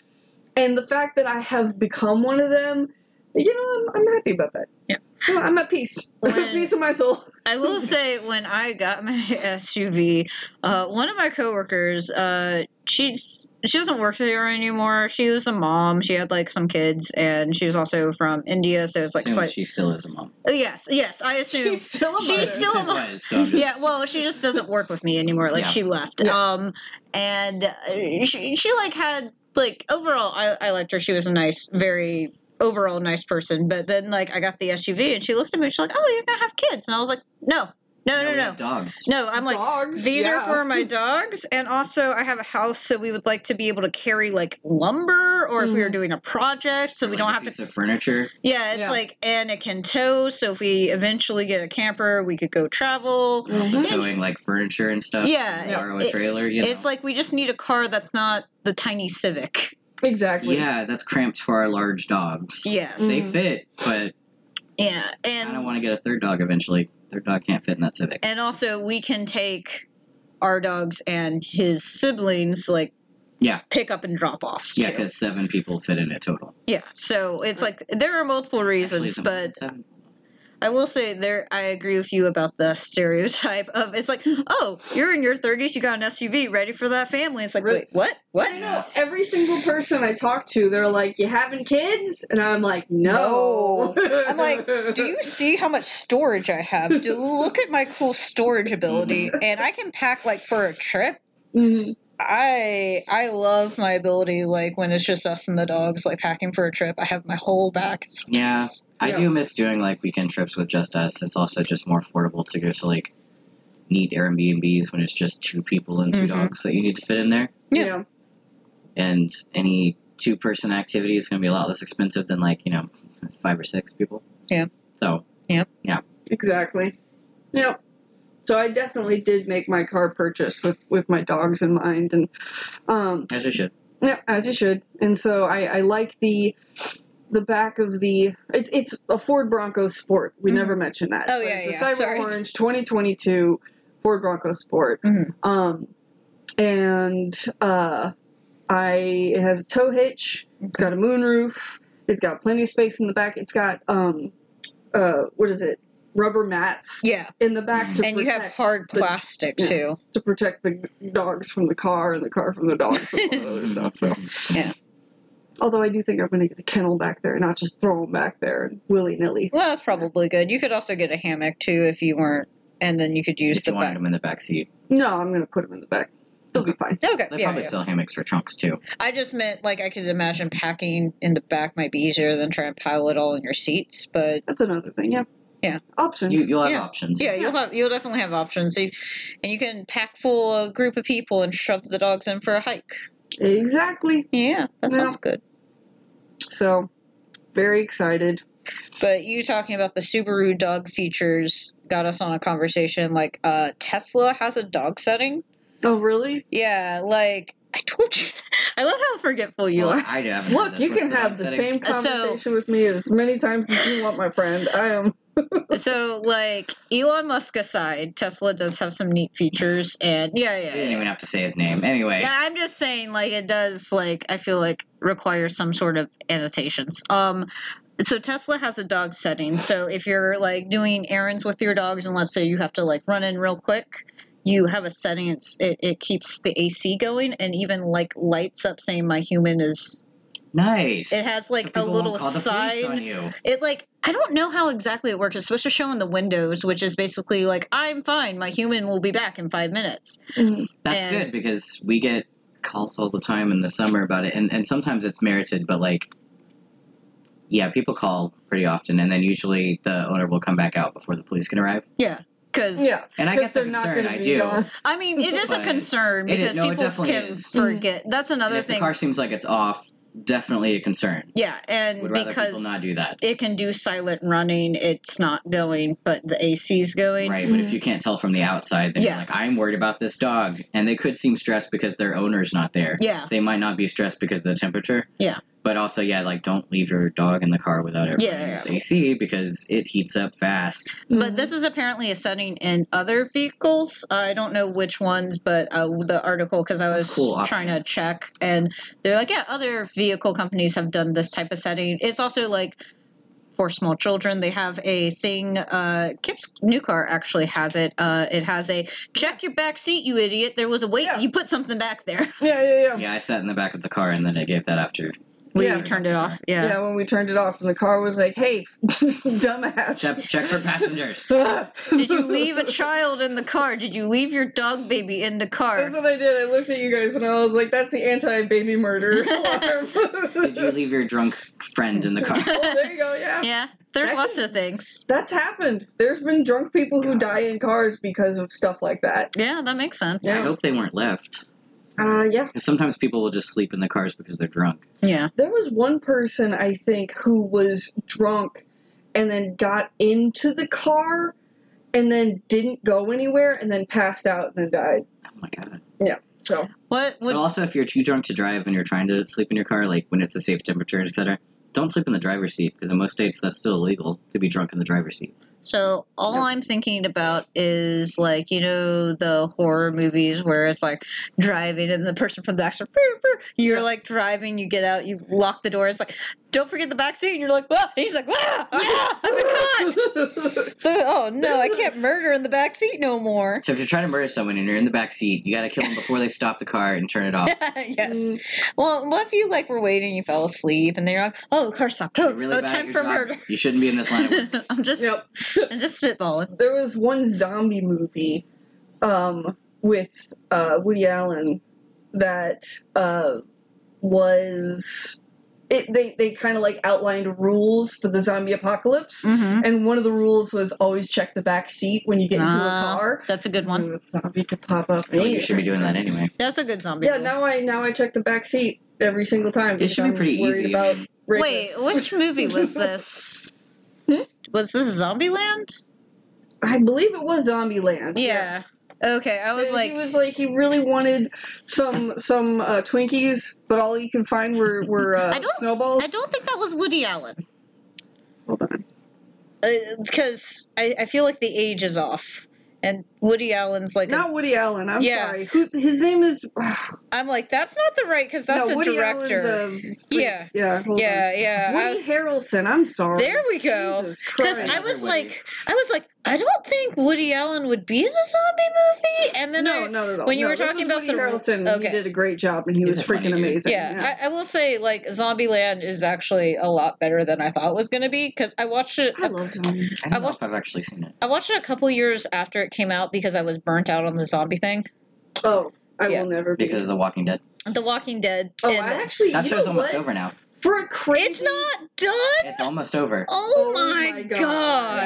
Speaker 4: and the fact that I have become one of them, you know, I'm, I'm happy about that.
Speaker 2: Yeah.
Speaker 4: I'm, I'm at peace.
Speaker 2: When-
Speaker 4: peace of my soul.
Speaker 2: I will say, when I got my SUV, uh, one of my coworkers, uh, she's she doesn't work here anymore. She was a mom. She had like some kids, and she was also from India, so it's like
Speaker 3: Assume
Speaker 2: slight.
Speaker 3: she still is a mom.
Speaker 2: Oh, yes, yes, I assume.
Speaker 4: She's still a
Speaker 2: She's
Speaker 4: mother.
Speaker 2: still- a mom.
Speaker 3: It was, so I'm just-
Speaker 2: yeah, well, she just doesn't work with me anymore. Like
Speaker 3: Yeah.
Speaker 2: she left. Um, and uh, she she like had like overall, I I liked her. She was a nice, very overall nice person. But then like I got the SUV, and she looked at me. and She's like, "Oh, you're gonna have kids?" And I was like, "No, no,
Speaker 3: Now
Speaker 2: no,
Speaker 3: we
Speaker 2: no,
Speaker 3: have Dogs.
Speaker 2: no." I'm like.
Speaker 4: Dogs,
Speaker 2: These are
Speaker 4: yeah.
Speaker 2: for my dogs, and also I have a house, so we would like to be able to carry like lumber, or if we were
Speaker 4: Mhm.
Speaker 2: doing a project, so
Speaker 3: Or
Speaker 2: we
Speaker 3: like
Speaker 2: don't
Speaker 3: a
Speaker 2: have to
Speaker 3: piece of furniture.
Speaker 2: yeah, it's
Speaker 4: Yeah.
Speaker 2: like and it can tow. So if we eventually get a camper, we could go travel.
Speaker 3: We're Also
Speaker 4: Mhm.
Speaker 3: towing like furniture and stuff.
Speaker 2: Yeah,
Speaker 3: You borrow
Speaker 2: it-
Speaker 3: a trailer. You know.
Speaker 2: It's like we just need a car that's not the tiny Civic.
Speaker 4: Exactly.
Speaker 3: yeah, that's cramped for our large dogs.
Speaker 2: Yes.
Speaker 3: They
Speaker 4: Mhm.
Speaker 3: fit, but
Speaker 2: Yeah,
Speaker 3: I don't
Speaker 2: and
Speaker 3: want to get a third dog eventually. Third dog can't fit in that Civic.
Speaker 2: and also we can take our dogs and his siblings like
Speaker 3: Yeah.
Speaker 2: pick up and drop offs
Speaker 3: Yeah,
Speaker 2: too.
Speaker 3: because seven people fit in it total.
Speaker 2: Yeah, so it's like there are multiple
Speaker 3: Actually,
Speaker 2: reasons,
Speaker 3: it's a-
Speaker 2: but
Speaker 3: seven.
Speaker 2: I will say there I agree with you about the stereotype of it's like, oh, you're in your 30s, you got an SUV ready for that family. It's like,
Speaker 4: Really?
Speaker 2: wait, what? What?
Speaker 4: I know every single person I talk to, they're like, "You having kids?" And I'm like, "No."
Speaker 2: I'm like, Do you see how much storage I have? Do look at my cool storage ability, and I can pack like for a trip.
Speaker 4: Mhm.
Speaker 2: I I love my ability like when it's just us and the dogs like packing for a trip. I have my whole back. It's-
Speaker 3: Yeah. I
Speaker 4: Yeah.
Speaker 3: do miss doing like weekend trips with just us. It's also just more affordable to go to like neat Airbnbs when it's just two people and 2
Speaker 2: Mhm.
Speaker 3: dogs that you need to fit in there.
Speaker 2: Yeah.
Speaker 4: Yeah.
Speaker 3: And any two person activity is going to be a lot less expensive than like, you know, five or six people.
Speaker 2: Yeah.
Speaker 3: So,
Speaker 4: Exactly. Yep. So I definitely did make my car purchase with with my dogs in mind, and um,
Speaker 3: as I should.
Speaker 4: yeah, as you should. And so I, I like the the back of the it's it's a Ford Bronco Sport. We
Speaker 2: Mhm.
Speaker 4: never mentioned that.
Speaker 2: Oh,
Speaker 4: But
Speaker 2: yeah,
Speaker 4: it's
Speaker 2: yeah,
Speaker 4: A Cyber
Speaker 2: sorry.
Speaker 4: Orange 2022 Ford Bronco Sport.
Speaker 2: Mhm.
Speaker 4: Um, and uh, I it has a tow hitch. It's got a moonroof. It's got plenty of space in the back. It's got um, uh, what is it? Rubber mats
Speaker 2: Yeah,
Speaker 4: in the back to
Speaker 2: and you
Speaker 4: protect
Speaker 2: have hard
Speaker 4: the-
Speaker 2: plastic
Speaker 4: Yeah.
Speaker 2: too.
Speaker 4: to protect the dogs from the car and the car from the dogs and all that other stuff. So, although I do think I'm going to get a kennel back there, not just throw them back there willy nilly.
Speaker 2: Well, that's probably good. You could also get a hammock too if you weren't, and then you could use
Speaker 3: if
Speaker 2: the
Speaker 3: you wanted
Speaker 2: back.
Speaker 3: them in the back seat,
Speaker 4: No, I'm going to put them in the back. They'll be fine.
Speaker 2: Okay,
Speaker 3: they
Speaker 2: yeah,
Speaker 3: probably
Speaker 2: yeah.
Speaker 3: sell hammocks for trunks too.
Speaker 2: I just meant like I could imagine packing in the back might be easier than trying to pile it all in your seats, but
Speaker 4: That's another thing. Yeah.
Speaker 2: Yeah.
Speaker 4: Options.
Speaker 3: You, you'll have
Speaker 2: Yeah.
Speaker 3: options.
Speaker 2: yeah, you'll have you'll definitely have options. So you- and you can pack full a group of people and shove the dogs in for a hike.
Speaker 4: exactly.
Speaker 2: Yeah, that
Speaker 4: Yeah.
Speaker 2: sounds good.
Speaker 4: So, very excited.
Speaker 2: But you talking about the Subaru dog features got us on a conversation like uh Tesla has a dog setting.
Speaker 4: Oh, really?
Speaker 2: Yeah, like I told you I love how forgetful you
Speaker 3: Well,
Speaker 2: are.
Speaker 3: I haven't done
Speaker 4: Look,
Speaker 3: this.
Speaker 4: you
Speaker 3: What's
Speaker 4: can
Speaker 3: the
Speaker 4: have
Speaker 3: dog
Speaker 4: the
Speaker 3: setting?
Speaker 4: same
Speaker 2: Uh, so-
Speaker 4: conversation with me as many times as you want, my friend. I am
Speaker 2: so like Elon Musk aside, Tesla does have some neat features and yeah,
Speaker 3: You
Speaker 2: yeah,
Speaker 3: didn't
Speaker 2: yeah.
Speaker 3: even have to say his name. Anyway,
Speaker 2: Yeah, I'm just saying, like it does, like I feel like require some sort of annotations. Um, so Tesla has a dog setting. So if you're like doing errands with your dogs, and let's say you have to like run in real quick, you have a setting. It's it, it keeps the AC going and even like lights up saying my human is.
Speaker 3: nice.
Speaker 2: It has
Speaker 3: So
Speaker 2: like a
Speaker 3: people won't
Speaker 2: little
Speaker 3: call the police on
Speaker 2: sign.
Speaker 3: you.
Speaker 2: It like I don't know how exactly it works. It's supposed to show in the windows, which is basically like I'm fine. My human will be back in five minutes.
Speaker 3: That's
Speaker 2: And-
Speaker 3: good because we get calls all the time in the summer about it, and, and sometimes it's merited, but like, yeah, people call pretty often, and then usually the owner will come back out before the police can arrive.
Speaker 2: Because
Speaker 4: Yeah,
Speaker 3: And I
Speaker 4: because
Speaker 3: get the
Speaker 4: they're not
Speaker 3: concern.
Speaker 4: going
Speaker 3: I
Speaker 4: to be
Speaker 3: do.
Speaker 4: gone.
Speaker 2: I mean, it is a
Speaker 3: But
Speaker 2: concern
Speaker 3: it is-
Speaker 2: because
Speaker 3: no, it
Speaker 2: people
Speaker 3: definitely
Speaker 2: can
Speaker 3: is.
Speaker 2: forget. That's
Speaker 3: And
Speaker 2: another
Speaker 3: if the
Speaker 2: thing.
Speaker 3: car seems like it's off, definitely a concern.
Speaker 2: yeah, and
Speaker 3: Would rather people
Speaker 2: because
Speaker 3: not do that,
Speaker 2: it can do silent running, it's not going, but the AC's going.
Speaker 3: right? But if
Speaker 4: Mhm.
Speaker 3: you can't tell from the outside, then
Speaker 2: Yeah.
Speaker 3: you're like, I'm worried about this dog, and they could seem stressed because their owner's not there.
Speaker 2: Yeah,
Speaker 3: They might not be stressed because of the temperature.
Speaker 2: Yeah.
Speaker 3: But also, yeah, like don't leave your dog in the car without it
Speaker 2: Yeah,
Speaker 3: running
Speaker 2: yeah,
Speaker 3: with AC because it heats up fast.
Speaker 4: Mm-hmm.
Speaker 2: but this is apparently a setting in other vehicles. I don't know which ones, but uh, the article because I was
Speaker 3: That's a cool option.
Speaker 2: trying to check, and they're like, yeah, other vehicle companies have done this type of setting. It's also like for small children. They have a thing. Uh, Kip's new car actually has it. Uh, it has a check your back seat, you idiot. There was a wait.
Speaker 4: Yeah.
Speaker 2: You put something back there.
Speaker 4: Yeah, yeah, yeah.
Speaker 3: Yeah, I sat in the back of the car and then I gave that after.
Speaker 2: We
Speaker 4: Yeah.
Speaker 2: turned it off. Yeah.
Speaker 4: Yeah. when we turned it off, and the car was like, "Hey, dumbass."
Speaker 3: Check, check for passengers.
Speaker 2: Did you leave a child in the car? Did you leave your dog baby in the car?
Speaker 4: That's what I did. I looked at you guys and I was like, "That's the anti-baby murder alarm."
Speaker 3: Did you leave your drunk friend in the car?
Speaker 4: Oh, there you go. Yeah.
Speaker 2: yeah, there's
Speaker 4: That-
Speaker 2: lots of things.
Speaker 4: That's happened. There's been drunk people who
Speaker 3: God.
Speaker 4: die in cars because of stuff like that.
Speaker 2: Yeah, that makes sense.
Speaker 3: I
Speaker 4: Yeah.
Speaker 3: hope they weren't left.
Speaker 4: Uh, yeah.
Speaker 3: 'Cause sometimes people will just sleep in the cars because they're drunk.
Speaker 2: Yeah.
Speaker 4: There was one person I think who was drunk and then got into the car and then didn't go anywhere and then passed out and then died.
Speaker 3: Oh my god.
Speaker 4: So
Speaker 2: What would
Speaker 3: but also, if you're too drunk to drive and you're trying to sleep in your car, like when it's a safe temperature, etc., don't sleep in the driver's seat because in most states that's still illegal to be drunk in the driver's seat.
Speaker 2: So all
Speaker 4: Yep.
Speaker 2: I'm thinking about is like you know the horror movies where it's like driving and the person from the action you're like driving you get out you lock the door it's like don't forget the back seat and you're like Wah! and he's like Wah! Ah, I've been caught The- oh no I can't murder in the back seat no more
Speaker 3: So if you're trying to murder someone and you're in the back seat, you got to kill them before they stop the car and turn it off.
Speaker 2: yes
Speaker 4: Mm,
Speaker 2: well what if you like were waiting you fell asleep and then you're like oh the car stopped oh,
Speaker 3: You're really
Speaker 2: oh,
Speaker 3: bad at
Speaker 2: time
Speaker 3: your
Speaker 2: for
Speaker 3: job.
Speaker 2: murder
Speaker 3: You shouldn't be in this line. of work.
Speaker 2: I'm just
Speaker 4: Yep.
Speaker 2: I'm just spitballing
Speaker 4: there was one zombie movie um, with uh, Woody Allen that uh, was it, they they kind of like outlined rules for the zombie apocalypse,
Speaker 2: mm-hmm.
Speaker 4: and one of the rules was always check the back seat when you get into a
Speaker 2: Ah,
Speaker 4: car.
Speaker 2: that's a good one
Speaker 4: Mm, Zombie could pop up.
Speaker 3: Well, you should be doing that anyway.
Speaker 2: that's a good zombie
Speaker 4: Yeah,
Speaker 2: rule.
Speaker 4: now I now I check the back seat every single time.
Speaker 3: It should be
Speaker 4: because I'm
Speaker 3: pretty
Speaker 4: worried
Speaker 3: easy.
Speaker 4: About
Speaker 2: Wait,
Speaker 4: rapists.
Speaker 2: which movie was this?
Speaker 4: Hmm?
Speaker 2: was this Zombieland?
Speaker 4: I believe it was Zombieland.
Speaker 2: Yeah. Okay, I was
Speaker 4: And
Speaker 2: like,
Speaker 4: he was like, he really wanted some some uh, Twinkies, but all he could find were were uh,
Speaker 2: I don't-
Speaker 4: snowballs.
Speaker 2: I don't think that was Woody Allen
Speaker 4: Hold on.
Speaker 2: because Uh, I, I feel like the age is off, and Woody Allen's like, a,
Speaker 4: Not Woody Allen. I'm
Speaker 2: Yeah.
Speaker 4: sorry. Who, his name is.
Speaker 2: I'm like, that's not the right because that's
Speaker 4: no,
Speaker 2: a
Speaker 4: Woody
Speaker 2: director.
Speaker 4: Allen's a-
Speaker 2: Yeah.
Speaker 4: Yeah. Hold
Speaker 2: yeah, yeah.
Speaker 4: On.
Speaker 2: I
Speaker 4: Woody
Speaker 2: was-
Speaker 4: Harrelson. I'm sorry.
Speaker 2: There we go.
Speaker 4: Jesus
Speaker 2: Because
Speaker 4: Christ.
Speaker 2: I was
Speaker 3: Another Woody.
Speaker 2: like, I was like, I don't think Woody Allen would be in a zombie movie. And then
Speaker 4: no,
Speaker 2: I,
Speaker 4: no, no, no.
Speaker 2: when you
Speaker 4: No,
Speaker 2: were
Speaker 4: this
Speaker 2: talking
Speaker 4: is
Speaker 2: about
Speaker 4: Woody
Speaker 2: the-
Speaker 4: Harrelson,
Speaker 2: okay.
Speaker 4: he did a great job, and he
Speaker 3: He's
Speaker 4: was
Speaker 3: a funny
Speaker 4: freaking
Speaker 3: dude.
Speaker 4: amazing.
Speaker 2: yeah, I, I will say like Zombieland is actually a lot better than I thought it was going to be because I watched it.
Speaker 4: I, love him.
Speaker 3: I don't
Speaker 2: I
Speaker 3: know
Speaker 2: watched-
Speaker 3: if I've actually seen it.
Speaker 2: I watched it a couple years after it came out because I was burnt out on the zombie thing,
Speaker 4: Oh, I
Speaker 2: Yeah.
Speaker 4: will never be.
Speaker 3: Because of The Walking Dead.
Speaker 2: The Walking Dead.
Speaker 4: oh,
Speaker 2: and
Speaker 4: I actually.
Speaker 3: That
Speaker 4: you
Speaker 3: show's
Speaker 4: know
Speaker 3: almost
Speaker 4: what?
Speaker 3: over now.
Speaker 4: For a crazy.
Speaker 2: it's not done.
Speaker 3: It's almost over.
Speaker 2: Oh,
Speaker 4: Oh
Speaker 2: my,
Speaker 4: my
Speaker 2: god.
Speaker 4: God.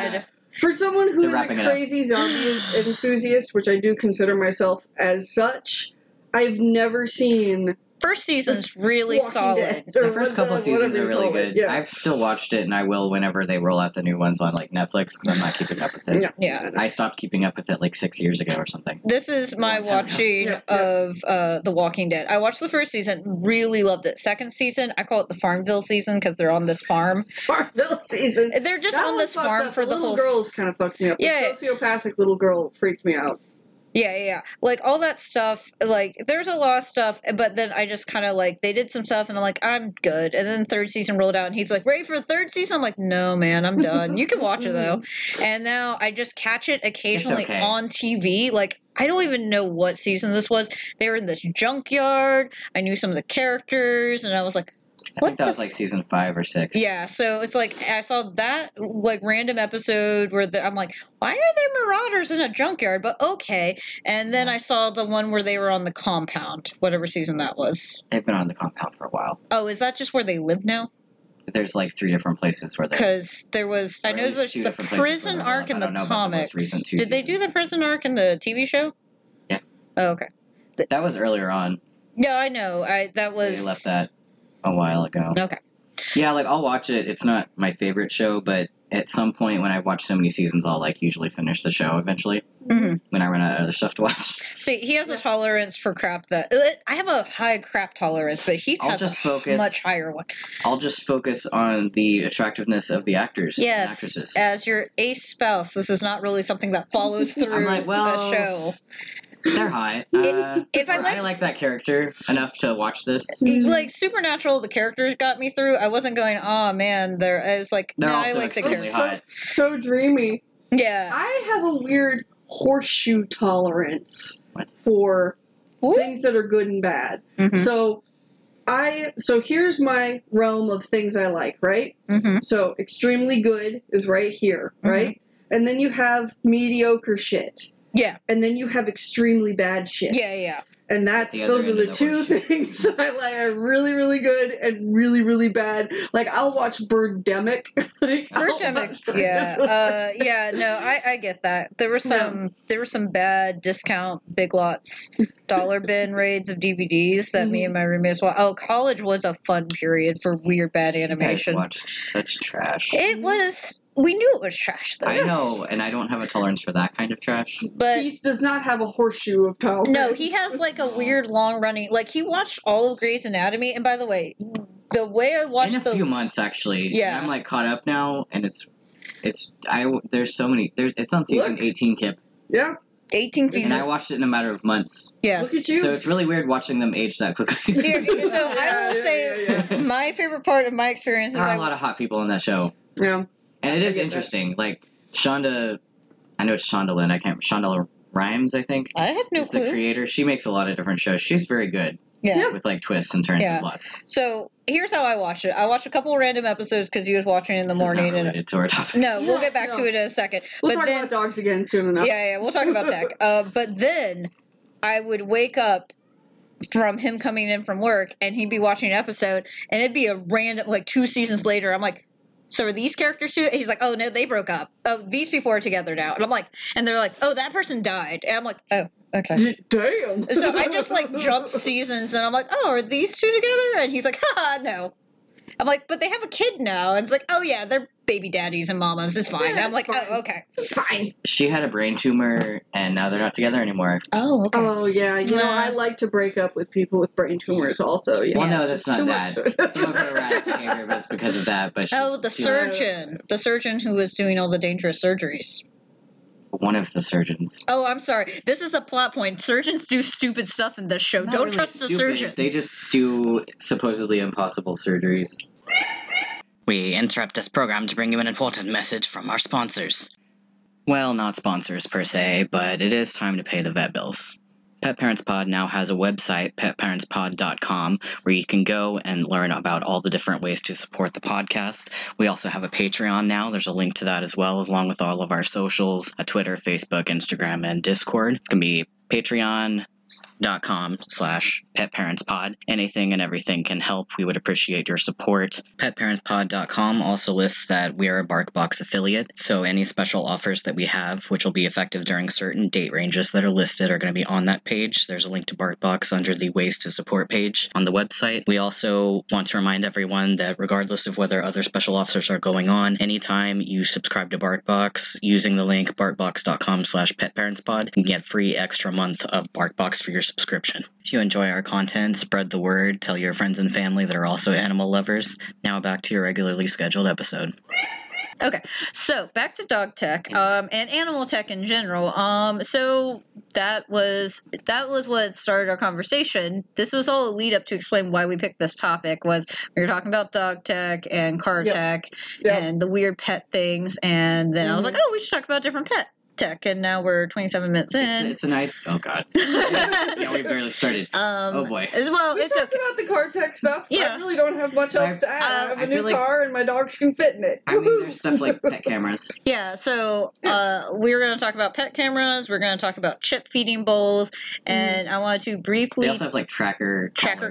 Speaker 4: For someone who
Speaker 3: They're
Speaker 4: is a
Speaker 3: wrapping it up.
Speaker 4: crazy zombie enthusiast, which I do consider myself as such, I've never seen
Speaker 2: First season's really
Speaker 4: Walking
Speaker 2: solid.
Speaker 4: Dead, or
Speaker 3: The first
Speaker 4: what
Speaker 3: couple
Speaker 4: the-
Speaker 3: seasons
Speaker 4: whatever
Speaker 3: are
Speaker 4: you
Speaker 3: really
Speaker 4: call it.
Speaker 3: good.
Speaker 4: Yeah.
Speaker 3: I've still watched it, and I will whenever they roll out the new ones on like Netflix because I'm not keeping up with it.
Speaker 4: Yeah.
Speaker 2: Yeah.
Speaker 3: I stopped keeping up with it like six years ago or something.
Speaker 2: This is my
Speaker 3: Long time ago.
Speaker 2: watching
Speaker 4: Yeah, yeah.
Speaker 2: of uh, The Walking Dead. I watched the first season, really loved it. Second season, I call it the Farmville season because they're on this farm.
Speaker 4: Farmville season.
Speaker 2: They're just
Speaker 4: That
Speaker 2: on
Speaker 4: one
Speaker 2: this
Speaker 4: fucked
Speaker 2: farm
Speaker 4: up.
Speaker 2: for the
Speaker 4: little
Speaker 2: whole
Speaker 4: girls kind of fucked me up.
Speaker 2: Yeah.
Speaker 4: The sociopathic little girl freaked me out.
Speaker 2: Yeah, yeah, yeah. Like all that stuff, like there's a lot of stuff, but then I just kind of like they did some stuff and I'm like, I'm good. And then third season rolled out and he's like, ready for the third season? I'm like, no, man, I'm done. You can watch it though. And now I just catch it occasionally
Speaker 3: okay.
Speaker 2: on TV. Like, I don't even know what season this was. They were in this junkyard. I knew some of the characters and I was like,
Speaker 3: I
Speaker 2: What
Speaker 3: think that
Speaker 2: the
Speaker 3: was like season five or six.
Speaker 2: yeah, so it's like I saw that like random episode where the, I'm like, why are there marauders in a junkyard? But okay. And then I saw the one where they were on the compound, whatever season that was.
Speaker 3: They've been on the compound for a while.
Speaker 2: Oh, is that just where they live now?
Speaker 3: There's like three different places where they.
Speaker 2: Because there was, I
Speaker 3: Or at
Speaker 2: know
Speaker 3: least
Speaker 2: there's
Speaker 3: two
Speaker 2: the
Speaker 3: different places where
Speaker 2: prison
Speaker 3: they're
Speaker 2: arc
Speaker 3: from.
Speaker 2: in the
Speaker 3: I don't know about the most
Speaker 2: comics.
Speaker 3: recent two
Speaker 2: Did they do the
Speaker 3: seasons.
Speaker 2: prison arc in the TV show?
Speaker 3: Yeah.
Speaker 2: Oh, okay.
Speaker 3: That was earlier on.
Speaker 2: No, I know. I that was
Speaker 3: They left that a while ago.
Speaker 2: Okay.
Speaker 3: Yeah, like I'll watch it. It's not my favorite show, but at some point when I've watched so many seasons, I'll like usually finish the show eventually
Speaker 2: Mhm.
Speaker 3: when I run out of other stuff to watch.
Speaker 2: See, he has a
Speaker 4: Yeah.
Speaker 2: tolerance for crap that uh, I have a high crap tolerance, but he
Speaker 3: I'll
Speaker 2: has
Speaker 3: just
Speaker 2: a
Speaker 3: focus.
Speaker 2: much higher one.
Speaker 3: I'll just focus on the attractiveness of the actors
Speaker 2: Yes. Uh,
Speaker 3: and actresses.
Speaker 2: as your ace spouse, this is not really something that follows through
Speaker 3: like, well,
Speaker 2: the show.
Speaker 3: They're hot.
Speaker 2: If-
Speaker 3: Uh,
Speaker 2: if I
Speaker 3: I,
Speaker 2: like-
Speaker 3: like that character enough to watch this.
Speaker 2: Like Supernatural, the characters got me through. I wasn't going, oh man, they're. I was like,
Speaker 3: They're
Speaker 2: no, I
Speaker 3: also
Speaker 2: like the
Speaker 3: extremely
Speaker 2: characters.
Speaker 3: hot.
Speaker 4: so dreamy.
Speaker 2: Yeah.
Speaker 4: I have a weird horseshoe tolerance
Speaker 3: What?
Speaker 4: for
Speaker 2: Ooh.
Speaker 4: things that are good and bad.
Speaker 2: Mhm.
Speaker 4: So I so here's my realm of things I like, right?
Speaker 2: Mhm.
Speaker 4: So extremely good is right here,
Speaker 2: Mhm.
Speaker 4: right? And then you have mediocre shit.
Speaker 2: Yeah.
Speaker 4: And then you have extremely bad shit.
Speaker 2: Yeah. Yeah.
Speaker 4: And that's
Speaker 3: The other
Speaker 4: those are
Speaker 3: end
Speaker 4: the
Speaker 3: of the
Speaker 4: two
Speaker 3: horseshoe.
Speaker 4: things I like are really, really good and really, really bad. Like I'll watch Birdemic. like,
Speaker 2: Oh
Speaker 4: I'll watch
Speaker 2: Birdemic, yeah, uh, yeah, no, I, I get that. There were some, there were some bad discount big lots, dollar bin raids of DVDs that me and my roommates. Wa- oh, college was a fun period for weird bad
Speaker 3: You guys
Speaker 2: animation.
Speaker 3: watched such trash.
Speaker 2: It was. We knew it was trash though.
Speaker 3: Mm-hmm. I know, and I don't have a tolerance for that kind of trash.
Speaker 2: but
Speaker 4: Keith does not have a horseshoe of tolerance.
Speaker 2: No, he has like a weird long running. Like he watched all of Grey's Anatomy, and by the way, the way I
Speaker 3: Mm. In a
Speaker 2: watched the
Speaker 3: few months, actually.
Speaker 2: Yeah.
Speaker 3: And I'm like caught up now, and it's, it's I there's so many there's it's on season
Speaker 4: Look. 18.
Speaker 3: 18, Kip,
Speaker 4: Yeah.
Speaker 2: 18
Speaker 3: and
Speaker 2: seasons,
Speaker 3: I watched it in a matter of months.
Speaker 2: yes.
Speaker 4: Look at you.
Speaker 3: So it's really weird watching them age that quickly.
Speaker 2: Here, so I
Speaker 4: Yeah,
Speaker 2: will
Speaker 4: yeah,
Speaker 2: say
Speaker 4: yeah, yeah.
Speaker 2: my favorite part of my experience is
Speaker 3: there are
Speaker 2: I
Speaker 3: a lot of hot people on that show,
Speaker 4: Yeah.
Speaker 3: and it
Speaker 4: I
Speaker 3: is
Speaker 4: get that.
Speaker 3: interesting. Like Shonda, I know it's Shonda Lynn. I can't Shonda Rhimes. I think
Speaker 2: I have no
Speaker 3: is the
Speaker 2: clue.
Speaker 3: creator. She makes a lot of different shows. She's very good
Speaker 2: Yeah.
Speaker 4: Yeah.
Speaker 3: with like twists and turns
Speaker 2: Yeah.
Speaker 3: and plots.
Speaker 2: So here's how I watched it. I watched a couple random episodes because he was watching it in the
Speaker 3: This is not
Speaker 2: morning, and
Speaker 3: related to our topic.
Speaker 2: no, we'll
Speaker 4: No,
Speaker 2: get back
Speaker 4: no.
Speaker 2: to it in a second.
Speaker 4: We'll
Speaker 2: but
Speaker 4: talk
Speaker 2: then
Speaker 4: about dogs again soon enough.
Speaker 2: Yeah, yeah, we'll talk about tech. Uh, but then I would wake up from him coming in from work and he'd be watching an episode and it'd be a random, like two seasons later. I'm like, so are these characters too? And he's like, oh no, they broke up. Oh, these people are together now. And I'm like, and they're like, oh, that person died. And I'm like, oh, okay.
Speaker 4: Y- Damn.
Speaker 2: So I just like jump seasons and I'm like, oh, are these two together? And he's like, haha, no. I'm like, but they have a kid now. And it's like, oh yeah, they're baby daddies and mamas. It's fine.
Speaker 4: Yeah,
Speaker 2: I'm like,
Speaker 4: it's fine.
Speaker 2: oh, okay.
Speaker 4: Fine.
Speaker 3: She had a brain tumor, and now they're not together anymore.
Speaker 2: Oh, okay.
Speaker 4: Oh yeah, you know
Speaker 2: Nah.
Speaker 4: I like to break up with people with brain tumors. Also, yeah.
Speaker 3: Well, no,
Speaker 4: It's
Speaker 3: that's not
Speaker 4: too
Speaker 3: that.
Speaker 4: much-
Speaker 3: Some of her erratic behavior was because of that, but she,
Speaker 2: Oh, the
Speaker 3: she-
Speaker 4: sur-
Speaker 2: surgeon. The surgeon who was doing all the dangerous surgeries.
Speaker 3: one of the surgeons.
Speaker 2: Oh, I'm sorry. This is a plot point. Surgeons do stupid stuff in this show.
Speaker 3: Not
Speaker 2: Don't
Speaker 3: really
Speaker 2: trust the
Speaker 3: stupid.
Speaker 2: surgeon.
Speaker 3: They just do supposedly impossible surgeries.
Speaker 1: We interrupt this program to bring you an important message from our sponsors.
Speaker 3: Well, not sponsors per se, but it is time to pay the vet bills. Pet Parents Pod now has a website, petparentspod.com, where you can go and learn about all the different ways to support the podcast. We also have a Patreon now. There's a link to that as well, along with all of our socials a Twitter, Facebook, Instagram, and Discord. It's going to be patreon.com slash petparentspod. Anything and everything can help. We would appreciate your support. Petparentspod.com also lists that we are a BarkBox affiliate, so any special offers that we have, which will be effective during certain date ranges that are listed, are going to be on that page. There's a link to BarkBox under the Ways to Support page on the website. We also want to remind everyone that regardless of whether other special offers are going on, anytime you subscribe to BarkBox using the link barkbox.com slash petparentspod, you can get free extra month of BarkBox for your subscription. If you enjoy our content, spread the word, tell your friends and family that are also animal lovers. Now back to your regularly scheduled episode.
Speaker 2: so back to dog tech um, and animal tech in general. Um, so that was that was what started our conversation. This was all a lead up to explain why we picked this topic. Was we were talking about dog tech and car
Speaker 4: Yep.
Speaker 2: tech
Speaker 4: Yep.
Speaker 2: and the weird pet things, and then I was like,
Speaker 3: Mm-hmm.
Speaker 2: oh, we should talk about different pet tech. And now we're 27 minutes in.
Speaker 3: It's, it's a nice. Oh God. Yeah, we barely started.
Speaker 2: Um,
Speaker 3: Oh, boy.
Speaker 2: as Well,
Speaker 4: We
Speaker 2: it's
Speaker 4: talked
Speaker 2: okay.
Speaker 4: about the car tech stuff.
Speaker 2: Yeah.
Speaker 4: I really don't have much else
Speaker 3: I've-
Speaker 4: to add.
Speaker 2: uh,
Speaker 4: I have a
Speaker 3: I
Speaker 4: new
Speaker 3: feel like-
Speaker 4: car and my dogs can fit in it.
Speaker 3: I mean,
Speaker 4: Woohoo!
Speaker 3: there's stuff like pet cameras.
Speaker 2: Yeah. So uh, we were going to talk about pet cameras. We're going to talk about chip feeding bowls, and I wanted to
Speaker 3: They
Speaker 2: briefly
Speaker 3: also have like tracker
Speaker 2: tracker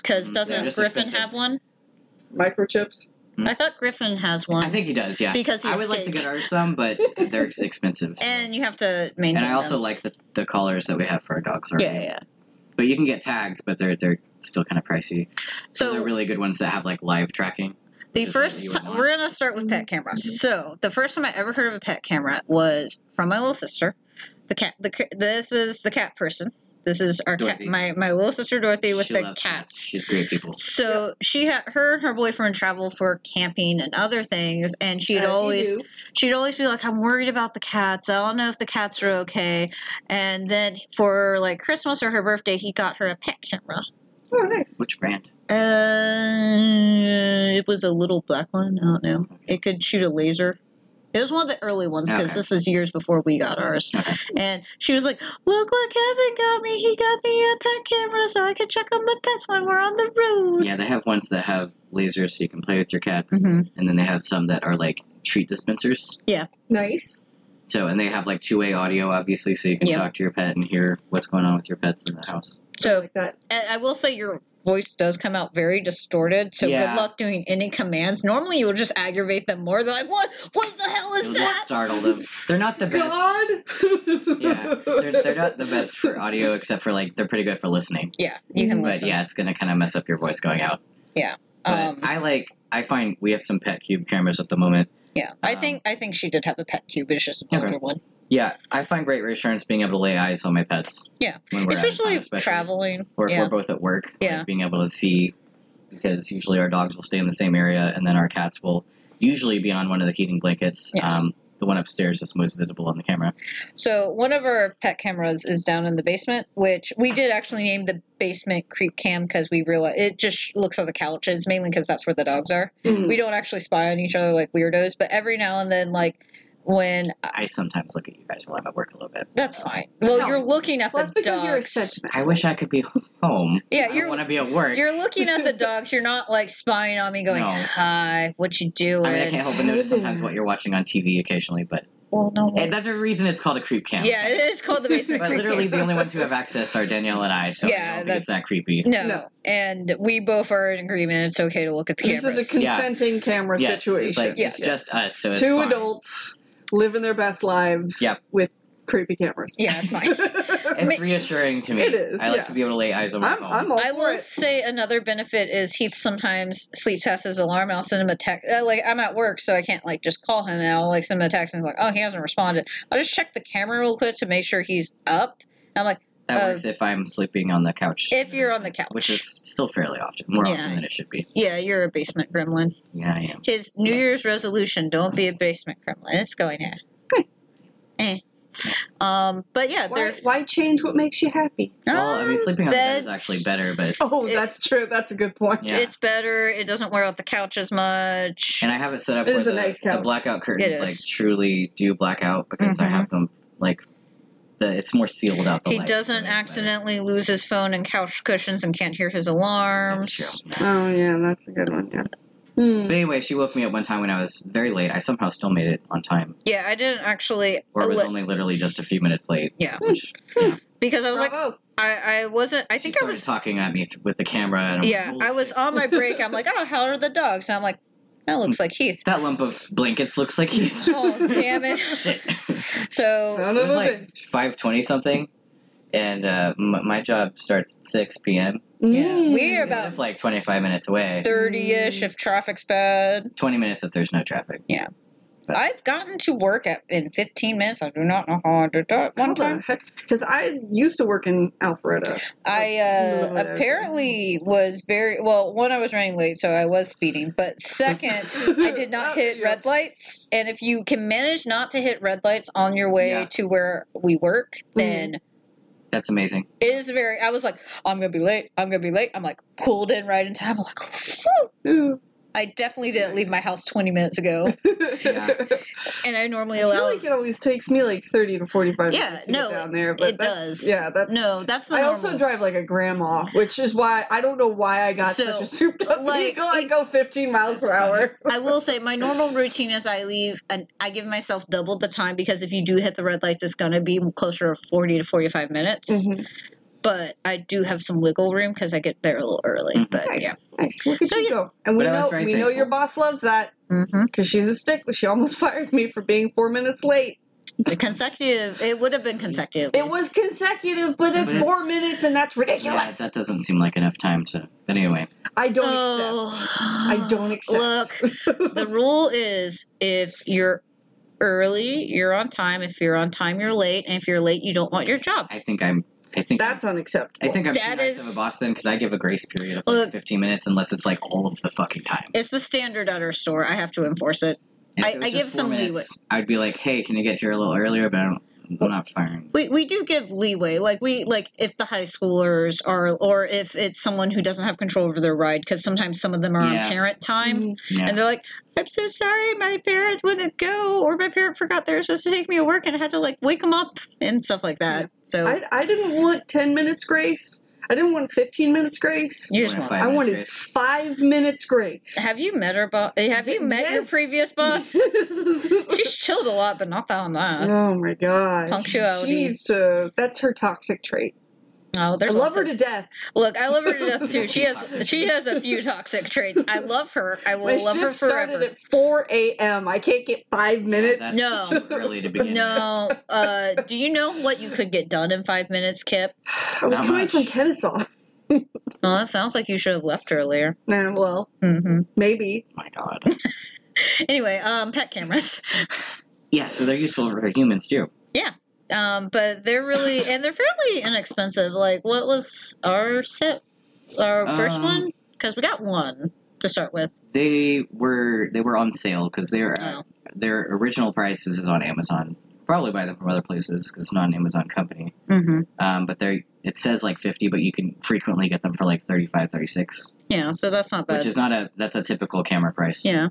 Speaker 2: collars because
Speaker 3: Mm,
Speaker 2: doesn't
Speaker 3: they're just
Speaker 2: Griffin
Speaker 3: expensive.
Speaker 2: have one?
Speaker 4: Microchips.
Speaker 3: Mm.
Speaker 2: I thought Griffin has one.
Speaker 3: I think he does. Yeah.
Speaker 2: because he
Speaker 3: I would like to
Speaker 2: escaped.
Speaker 3: get ours some, but they're ex- expensive. so-
Speaker 2: and you have to maintain.
Speaker 3: And I also
Speaker 2: them.
Speaker 3: like the, the collars that we have for our dogs. Already.
Speaker 2: yeah, yeah.
Speaker 3: But you can get tags, but they're they're still kind of pricey. So
Speaker 2: So
Speaker 3: they're really good ones that have like live tracking.
Speaker 2: The
Speaker 3: which is what
Speaker 2: first
Speaker 3: you
Speaker 2: ti
Speaker 3: would want. Mm-hmm.
Speaker 2: we're gonna start with pet cameras. So the first time I ever heard of a pet camera was from my little sister. The cat. The ca- this is the cat person. This is our cat,
Speaker 3: Dorothy.
Speaker 2: my my little sister Dorothy with
Speaker 3: She
Speaker 2: the
Speaker 3: loves
Speaker 2: cats.
Speaker 3: She's great people.
Speaker 2: So she had her and her boyfriend travel for camping and other things, and she'd
Speaker 4: As you
Speaker 2: always
Speaker 4: do.
Speaker 2: she'd always be like, "I'm worried about the cats. I don't know if the cats are okay." And then for like Christmas or her birthday, he got her a pet camera.
Speaker 4: Oh, nice.
Speaker 3: Which brand?
Speaker 2: Uh, it was a little black one. I don't know. It could shoot a laser. It was one of the early ones because
Speaker 3: Okay.
Speaker 2: this is years before we got ours.
Speaker 3: Okay.
Speaker 2: And she was like, "Look what Kevin got me. He got me a pet camera so I could check on the pets when we're on the road."
Speaker 3: Yeah, they have ones that have lasers so you can play with your cats,
Speaker 2: hmm
Speaker 3: and then they have some that are like treat dispensers.
Speaker 4: Nice.
Speaker 3: So, and they have like two way audio, obviously, so you can
Speaker 2: Yeah.
Speaker 3: talk to your pet and hear what's going on with your pets in the house.
Speaker 2: So
Speaker 4: like that.
Speaker 2: And I will say your voice does come out very distorted. So
Speaker 3: Yeah.
Speaker 2: good luck doing any commands. Normally you will just aggravate them more. They're like, "What? What the hell is
Speaker 3: It'll just
Speaker 2: that?"
Speaker 3: startle them. They're not the best.
Speaker 4: God.
Speaker 3: Yeah, they're, they're not the best for audio, except for like they're pretty good for listening.
Speaker 2: Yeah, you can
Speaker 4: Mhm.
Speaker 2: listen.
Speaker 3: But yeah, it's gonna kind of mess up your voice going out. But
Speaker 2: um,
Speaker 3: I like. I find we have some pet cube cameras at the moment.
Speaker 2: yeah, I
Speaker 3: um,
Speaker 2: think I think she did have a pet cube. It's just an
Speaker 3: Okay.
Speaker 2: older one,
Speaker 3: Yeah, I find great reassurance being able to lay eyes on my pets.
Speaker 2: Yeah.
Speaker 3: when we're out of
Speaker 2: especially,
Speaker 3: town, especially.
Speaker 2: traveling.
Speaker 3: or if
Speaker 2: yeah,
Speaker 3: we're both at work, like,
Speaker 2: Yeah.
Speaker 3: being able to see because usually our dogs will stay in the same area and then our cats will usually be on one of the heating blankets.
Speaker 2: Yes.
Speaker 3: Um, the one upstairs is most visible on the camera.
Speaker 2: So one of our pet cameras is down in the basement, which we did actually name the basement creep cam because we realized it just looks on the couches mainly because that's where the dogs are.
Speaker 4: Mm.
Speaker 3: Hmm.
Speaker 2: We don't actually spy on each other like weirdos, but every now and then, like when
Speaker 3: I sometimes look at you guys while I'm at work a little bit.
Speaker 2: that's fine. Well,
Speaker 4: No.
Speaker 2: you're looking at
Speaker 4: Well, that's
Speaker 2: the
Speaker 4: because
Speaker 2: dogs.
Speaker 4: you're a sentiment.
Speaker 3: I wish I could be home.
Speaker 2: yeah,
Speaker 3: I
Speaker 2: you're
Speaker 3: want to be at work.
Speaker 2: you're looking at the dogs. You're not like spying on me, going,
Speaker 3: No.
Speaker 2: "Hi, what you doing?"
Speaker 3: I mean, I can't help but notice sometimes what you're watching on TV occasionally, but
Speaker 2: well, no.
Speaker 3: and that's a reason it's called a creep cam.
Speaker 2: Yeah, it is called the basement.
Speaker 3: But
Speaker 2: creep cam.
Speaker 3: literally, the only ones who have access are Danielle and I, so
Speaker 2: Yeah,
Speaker 3: I don't think it's
Speaker 2: that's-
Speaker 3: that creepy.
Speaker 2: No.
Speaker 4: No.
Speaker 2: and we both are in agreement. It's okay to look at the
Speaker 4: This
Speaker 2: cameras.
Speaker 4: is a
Speaker 3: Yeah.
Speaker 4: consenting camera
Speaker 3: Yes, it's
Speaker 4: situation.
Speaker 3: like
Speaker 2: Yes.
Speaker 3: it's just us, so it's
Speaker 4: Two
Speaker 3: fine.
Speaker 4: adults living their best lives
Speaker 3: Yep.
Speaker 4: with creepy cameras.
Speaker 2: yeah, it's fine.
Speaker 4: I'm,
Speaker 3: It's reassuring to me.
Speaker 4: It is,
Speaker 3: I like
Speaker 4: yeah.
Speaker 3: to be able to lay eyes on my phone.
Speaker 4: I'm all
Speaker 2: I
Speaker 4: for
Speaker 2: will
Speaker 4: it.
Speaker 2: say another benefit is Heath sometimes sleeps past his alarm. And I'll send him a text. uh, Like I'm at work, so I can't like just call him. And I'll like send him a text and he's like, oh, he hasn't responded. I'll just check the camera real quick to make sure he's up. And I'm like,
Speaker 3: that
Speaker 2: uh,
Speaker 3: works if I'm sleeping on the couch,
Speaker 2: if you're on the couch,
Speaker 3: which is still fairly often, more
Speaker 2: Yeah.
Speaker 3: often than it should be.
Speaker 2: yeah, you're a basement gremlin.
Speaker 3: Yeah, I am.
Speaker 2: His New Year's resolution: don't be a basement gremlin. It's going to. Eh. Um, but yeah,
Speaker 4: Why,
Speaker 2: they're
Speaker 4: why change what makes you happy?
Speaker 3: Well, Oh,
Speaker 2: Um,
Speaker 3: I mean, sleeping on the bed is
Speaker 2: beds-
Speaker 3: actually better, but
Speaker 4: Oh,
Speaker 2: It-
Speaker 4: that's true. That's a good point.
Speaker 3: yeah.
Speaker 2: It's better. It doesn't wear out the couch as much.
Speaker 3: and I have it set up
Speaker 4: It
Speaker 3: where
Speaker 4: is a
Speaker 3: the,
Speaker 4: nice
Speaker 3: the
Speaker 4: couch.
Speaker 3: blackout curtains
Speaker 2: is.
Speaker 3: like truly do blackout because I
Speaker 2: Mhm.
Speaker 3: have them like the it's more sealed out. The
Speaker 2: he
Speaker 3: light, so
Speaker 2: doesn't
Speaker 3: it's better.
Speaker 2: accidentally lose his phone and couch cushions and can't hear his
Speaker 3: That's
Speaker 2: alarms.
Speaker 3: true. yeah.
Speaker 4: Oh, yeah, that's a good one. Yeah. Hmm.
Speaker 3: But anyway, she woke me up one time when I was very late. I somehow still made it on time,
Speaker 2: Yeah, I didn't actually
Speaker 3: or it was
Speaker 2: li-
Speaker 3: only literally just a few minutes late.
Speaker 2: Yeah.
Speaker 3: Which,
Speaker 2: because I was like,
Speaker 4: Bravo.
Speaker 2: I, I wasn't. I think
Speaker 3: she
Speaker 2: I
Speaker 3: started
Speaker 2: was.
Speaker 3: talking at me th- with the camera. And I'm
Speaker 2: Yeah,
Speaker 3: like,
Speaker 2: I was on my break. I'm like, oh, how are the dogs? And I'm like, that looks like Heath.
Speaker 3: That lump of blankets looks like he's
Speaker 2: Oh damn it!
Speaker 3: shit.
Speaker 2: So
Speaker 4: Son
Speaker 3: It
Speaker 4: of
Speaker 3: was
Speaker 4: a
Speaker 3: like five twenty something, and uh, m- my job starts at six p.m.
Speaker 4: bitch.
Speaker 2: yeah, we
Speaker 4: Mm.
Speaker 2: are
Speaker 3: We
Speaker 2: about
Speaker 3: live like twenty five minutes away.
Speaker 2: thirty-ish if traffic's bad.
Speaker 3: Twenty minutes if there's no traffic.
Speaker 2: I've gotten to work at in fifteen minutes. I do not know how I did that one time.
Speaker 4: Because I used to work in Alpharetta.
Speaker 2: I
Speaker 4: Love it.
Speaker 2: uh, apparently was very well. One, I was running late, so I was speeding. But second, I did not hit
Speaker 4: Yeah.
Speaker 2: red lights. And if you can manage not to hit red lights on your way
Speaker 3: Yeah.
Speaker 2: to where we work, then
Speaker 3: That's amazing.
Speaker 2: it is very. I was like, I'm gonna be late. I'm gonna be late. I'm like pulled in right in time. I'm like, phew.
Speaker 4: Ooh.
Speaker 2: I definitely didn't leave my house 20 minutes ago, and I normally
Speaker 4: I feel
Speaker 2: allow.
Speaker 4: like it always takes me like thirty to forty-five
Speaker 2: Yeah,
Speaker 4: minutes to
Speaker 2: no,
Speaker 4: get down there, but
Speaker 2: it
Speaker 4: that's-
Speaker 2: does.
Speaker 4: Yeah, that's.
Speaker 2: No, that's the
Speaker 4: I
Speaker 2: normal.
Speaker 4: also drive like a grandma, which is why I don't know why I got
Speaker 2: So,
Speaker 4: such a souped up
Speaker 2: like,
Speaker 4: vehicle. I go fifteen miles per hour.
Speaker 2: I will say my normal routine is I leave and I give myself double the time because if you do hit the red lights, it's going to be closer to 40 to 45 minutes.
Speaker 4: Mhm.
Speaker 2: But I do have some wiggle room because I get there a little early.
Speaker 3: Mhm.
Speaker 2: But
Speaker 4: Mm-hmm. Nice,
Speaker 2: yeah.
Speaker 4: nice. Look at
Speaker 2: So,
Speaker 4: you
Speaker 2: yeah.
Speaker 4: go. And we
Speaker 3: But I was
Speaker 4: know we
Speaker 3: very
Speaker 4: know your
Speaker 3: thankful.
Speaker 4: boss loves that
Speaker 2: hmm
Speaker 4: because she's a stickler. She almost fired me for being four minutes late.
Speaker 2: The consecutive, it would have been consecutive.
Speaker 4: It was consecutive, but it's
Speaker 3: But it's-
Speaker 4: four minutes, and that's
Speaker 3: Yeah,
Speaker 4: ridiculous.
Speaker 3: that doesn't seem like enough time to. But anyway,
Speaker 4: I don't
Speaker 2: oh,
Speaker 4: I don't accept.
Speaker 2: Look, the rule is if you're early, you're on time. If you're on time, you're late. And if you're late, you don't want your job.
Speaker 3: I think I'm I think
Speaker 4: That's unacceptable.
Speaker 3: I think I'm
Speaker 2: That
Speaker 3: too nice of
Speaker 2: is-
Speaker 3: a boss then because I give a grace period of like
Speaker 2: Look.
Speaker 3: 15 minutes unless it's like all of the fucking time.
Speaker 2: It's the standard at our store. I have to enforce it.
Speaker 3: And
Speaker 2: I-
Speaker 3: if it was
Speaker 2: I
Speaker 3: just
Speaker 2: give
Speaker 3: four
Speaker 2: some
Speaker 3: I'd be like, hey, can you get here a little earlier? But I don't,
Speaker 2: Oh.
Speaker 3: I'm not firing.
Speaker 2: We we do give leeway. Like we like if the high schoolers are or if it's someone who doesn't have control over their ride because sometimes some of them are
Speaker 3: Yeah.
Speaker 2: on parent time.
Speaker 4: Mm-hmm. Mm.
Speaker 3: Yeah.
Speaker 2: And they're like, I'm so sorry, my parent wouldn't go, or my parent forgot they were supposed to take me to work and I had to like wake them up and stuff like that. So
Speaker 4: I, I didn't want 10 minutes grace. I didn't want 15 minutes grace.
Speaker 2: you just
Speaker 3: Wanna
Speaker 2: want.
Speaker 3: Five
Speaker 4: I
Speaker 3: minutes
Speaker 4: wanted
Speaker 3: grace.
Speaker 4: five minutes grace.
Speaker 2: Have you met her boss? Have you met your
Speaker 4: Yes.
Speaker 2: previous boss? She's chilled a lot, but not on that.
Speaker 4: oh my god. She
Speaker 2: Punctuality.
Speaker 4: needs to. That's her toxic trait.
Speaker 2: No,
Speaker 4: I
Speaker 2: there's lots
Speaker 4: love her
Speaker 2: of-
Speaker 4: to death.
Speaker 2: Look, I love her to death too. She has
Speaker 3: Toxic.
Speaker 2: she has a few toxic traits. I love her. I will
Speaker 4: My
Speaker 2: love her
Speaker 4: shift started
Speaker 2: forever.
Speaker 4: at 4 a.m. I can't get five minutes.
Speaker 3: That's
Speaker 2: No.
Speaker 3: too early to begin. with.
Speaker 2: No, uh, do you know what you could get done in five minutes, Kip?
Speaker 4: I was
Speaker 3: Not
Speaker 4: coming
Speaker 3: much.
Speaker 4: from Kennesaw.
Speaker 2: Oh, that sounds like you should have left earlier.
Speaker 4: Nah, Eh, well,
Speaker 2: hmm
Speaker 4: maybe.
Speaker 3: Oh my god.
Speaker 2: Anyway, um, pet cameras.
Speaker 3: Yeah, so they're useful for humans too.
Speaker 2: Um, but they're really and they're fairly inexpensive. Like, what was our set? Our first
Speaker 3: Um,
Speaker 2: one because we got one to start with.
Speaker 3: They were they were on sale because their
Speaker 2: Oh.
Speaker 3: their original prices is on Amazon. Probably buy them from other places because it's not an Amazon company.
Speaker 2: Mm-hmm.
Speaker 3: Um, but they it says like 50, but you can frequently get them for like 35, 36,
Speaker 2: Yeah, so that's not bad.
Speaker 3: which is not a that's a typical camera price.
Speaker 2: yeah.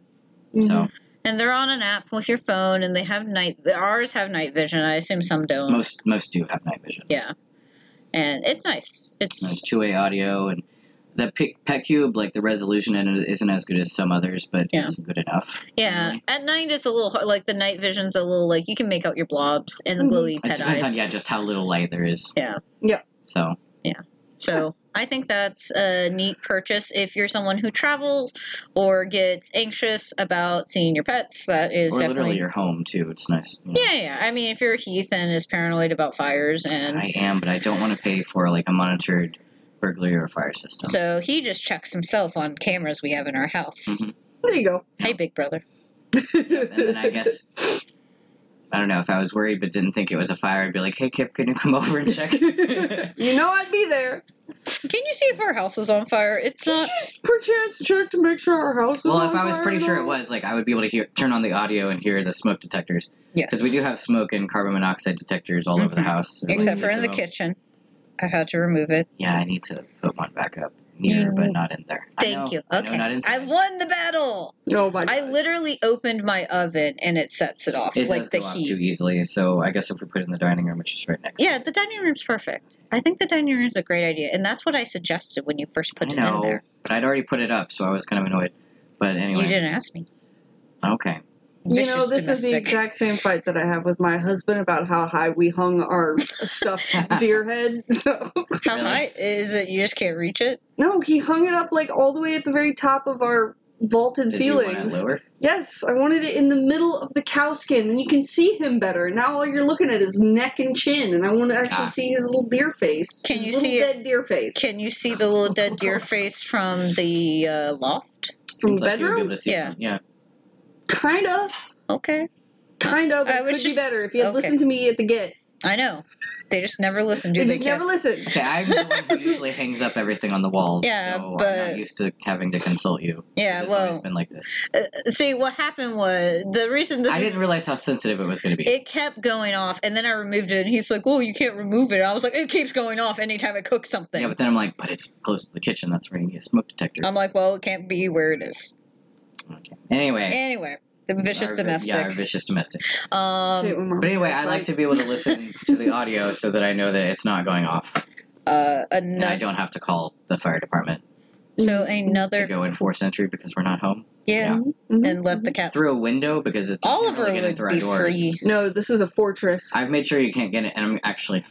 Speaker 4: Mm-hmm.
Speaker 2: Mm-hmm.
Speaker 3: So
Speaker 2: And they're on an app with your phone, and they have night. Ours have night vision. I assume some don't.
Speaker 3: most most do have night vision.
Speaker 2: Yeah, and it's nice. It's
Speaker 3: And it's two way audio and the P- Pet Cube like the resolution in it isn't as good as some others, but
Speaker 2: Yeah.
Speaker 3: it's good enough.
Speaker 2: yeah.
Speaker 3: Really?
Speaker 2: At night, it's a little hard. Like the night vision's a little like you can make out your blobs and the
Speaker 4: Mhm.
Speaker 2: glowy
Speaker 3: It
Speaker 2: pet
Speaker 3: depends
Speaker 2: eyes.
Speaker 3: on yeah just how little light there is.
Speaker 2: Yeah.
Speaker 4: Yeah.
Speaker 3: So
Speaker 2: So I think that's a neat purchase if you're someone who travels or gets anxious about seeing your pets. That is
Speaker 3: or literally
Speaker 2: definitely
Speaker 3: your home too. It's nice. you know.
Speaker 2: yeah, yeah. I mean, if you're Heath and is paranoid about fires and.
Speaker 3: I am, but I don't want to pay for like a monitored burglary or fire system.
Speaker 2: so he just checks himself on cameras we have in our house.
Speaker 3: Mhm.
Speaker 4: There you go.
Speaker 2: Hey, big brother.
Speaker 3: and then I guess I don't know if I was worried but didn't think it was a fire. I'd be like, "Hey, Kip, can you come over and check?"
Speaker 4: you know I'd be there.
Speaker 2: Can you see if our house is on fire? It's
Speaker 4: Did
Speaker 2: not.
Speaker 4: you perchance check to make sure our house is
Speaker 3: well,
Speaker 4: on
Speaker 3: if I was
Speaker 4: fire
Speaker 3: pretty
Speaker 4: at
Speaker 3: sure it
Speaker 4: all?
Speaker 3: was, like, I would be able to hear turn on the audio and hear the smoke detectors
Speaker 2: Yes.
Speaker 3: because we do have smoke and carbon monoxide detectors all over the
Speaker 4: Mm-hmm.
Speaker 2: Mhm.
Speaker 3: house. There's, like,
Speaker 2: Except for
Speaker 3: six
Speaker 2: in
Speaker 3: of
Speaker 2: the
Speaker 3: them.
Speaker 2: kitchen. I had to remove it.
Speaker 3: Yeah, I need to put one back up near,
Speaker 4: Mm-hmm.
Speaker 2: You-
Speaker 3: but not in there. I
Speaker 2: Thank
Speaker 3: know,
Speaker 2: you.
Speaker 3: I know,
Speaker 2: Okay.
Speaker 3: not inside.
Speaker 2: won the battle.
Speaker 4: Oh my
Speaker 2: I
Speaker 4: god.
Speaker 2: literally opened my oven and it sets it off
Speaker 3: it
Speaker 2: like
Speaker 3: does
Speaker 2: the
Speaker 3: go off
Speaker 2: heat.
Speaker 3: too easily, so I guess if we put it in the dining room, which is right next.
Speaker 2: Yeah, the dining room's perfect. I think the dining room's a great idea, and that's what I suggested when you first put
Speaker 3: I
Speaker 2: it
Speaker 3: know,
Speaker 2: in there.
Speaker 3: but I'd already put it up, so I was kind of annoyed. But anyway,
Speaker 2: You didn't ask me.
Speaker 3: okay.
Speaker 4: You know,
Speaker 2: Vicious
Speaker 4: this is the
Speaker 2: domestic.
Speaker 4: exact same fight that I have with my husband about how high we hung our stuffed deer head. So
Speaker 2: How
Speaker 3: Really?
Speaker 2: high is it? You just can't reach it.
Speaker 4: no, he hung it up like all the way at the very top of our vaulted
Speaker 3: Did you want it
Speaker 4: ceilings.
Speaker 3: lower?
Speaker 4: Yes, I wanted it in the middle of the cow skin, and you can see him better. Now all you're looking at is neck and chin, and I want to actually
Speaker 3: Ah.
Speaker 4: see his little deer face.
Speaker 2: Can
Speaker 4: his
Speaker 2: you
Speaker 4: little
Speaker 2: see it?
Speaker 4: dead deer face
Speaker 2: Can you see the little dead deer face from the uh, loft?
Speaker 4: from
Speaker 3: Seems like you would be
Speaker 4: bedroom?
Speaker 3: able to see
Speaker 2: Yeah.
Speaker 3: from- yeah.
Speaker 4: Kind of,
Speaker 2: Okay,
Speaker 4: kind of.
Speaker 2: I
Speaker 4: It
Speaker 2: was
Speaker 4: could be
Speaker 2: just-
Speaker 4: better if you had
Speaker 2: okay.
Speaker 4: listened to me at the get.
Speaker 2: I know. They just never listen, do
Speaker 4: You
Speaker 2: they?
Speaker 4: just never
Speaker 2: Kev?
Speaker 4: listen.
Speaker 3: Okay, I'm the one who usually hangs up everything on the walls,
Speaker 2: Yeah,
Speaker 3: so I'm
Speaker 2: but-
Speaker 3: not used to having to consult you.
Speaker 2: yeah.
Speaker 3: it's
Speaker 2: Well,
Speaker 3: always been like this.
Speaker 2: Uh, see what happened was the reason this
Speaker 3: I
Speaker 2: is-
Speaker 3: didn't realize how sensitive it was going to be.
Speaker 2: it kept going off and then i removed it and he's like oh you can't remove it i was like it keeps going off anytime i cook something
Speaker 3: yeah, but then I'm like, but it's close to the kitchen. That's where you need a smoke detector.
Speaker 2: i'm like well it can't be where it is
Speaker 3: okay. Anyway.
Speaker 2: anyway the vicious
Speaker 3: our vi- Yeah, our
Speaker 2: domestic
Speaker 3: vicious domestic.
Speaker 4: Wait,
Speaker 2: um
Speaker 4: one more.
Speaker 3: But anyway, I like to be able to listen to the audio so that I know that it's not going off,
Speaker 2: uh
Speaker 3: and I
Speaker 2: another
Speaker 3: don't have to call the fire department
Speaker 2: so
Speaker 3: to
Speaker 2: another
Speaker 3: go enforce entry because we're not home
Speaker 2: yeah,
Speaker 4: Mhm,
Speaker 2: and let the cat
Speaker 3: through a window because it's
Speaker 2: oliver
Speaker 3: really
Speaker 2: would
Speaker 3: through our
Speaker 2: be
Speaker 3: doors.
Speaker 2: free
Speaker 4: No, this is a fortress.
Speaker 3: I've made sure you can't get it, and I'm actually,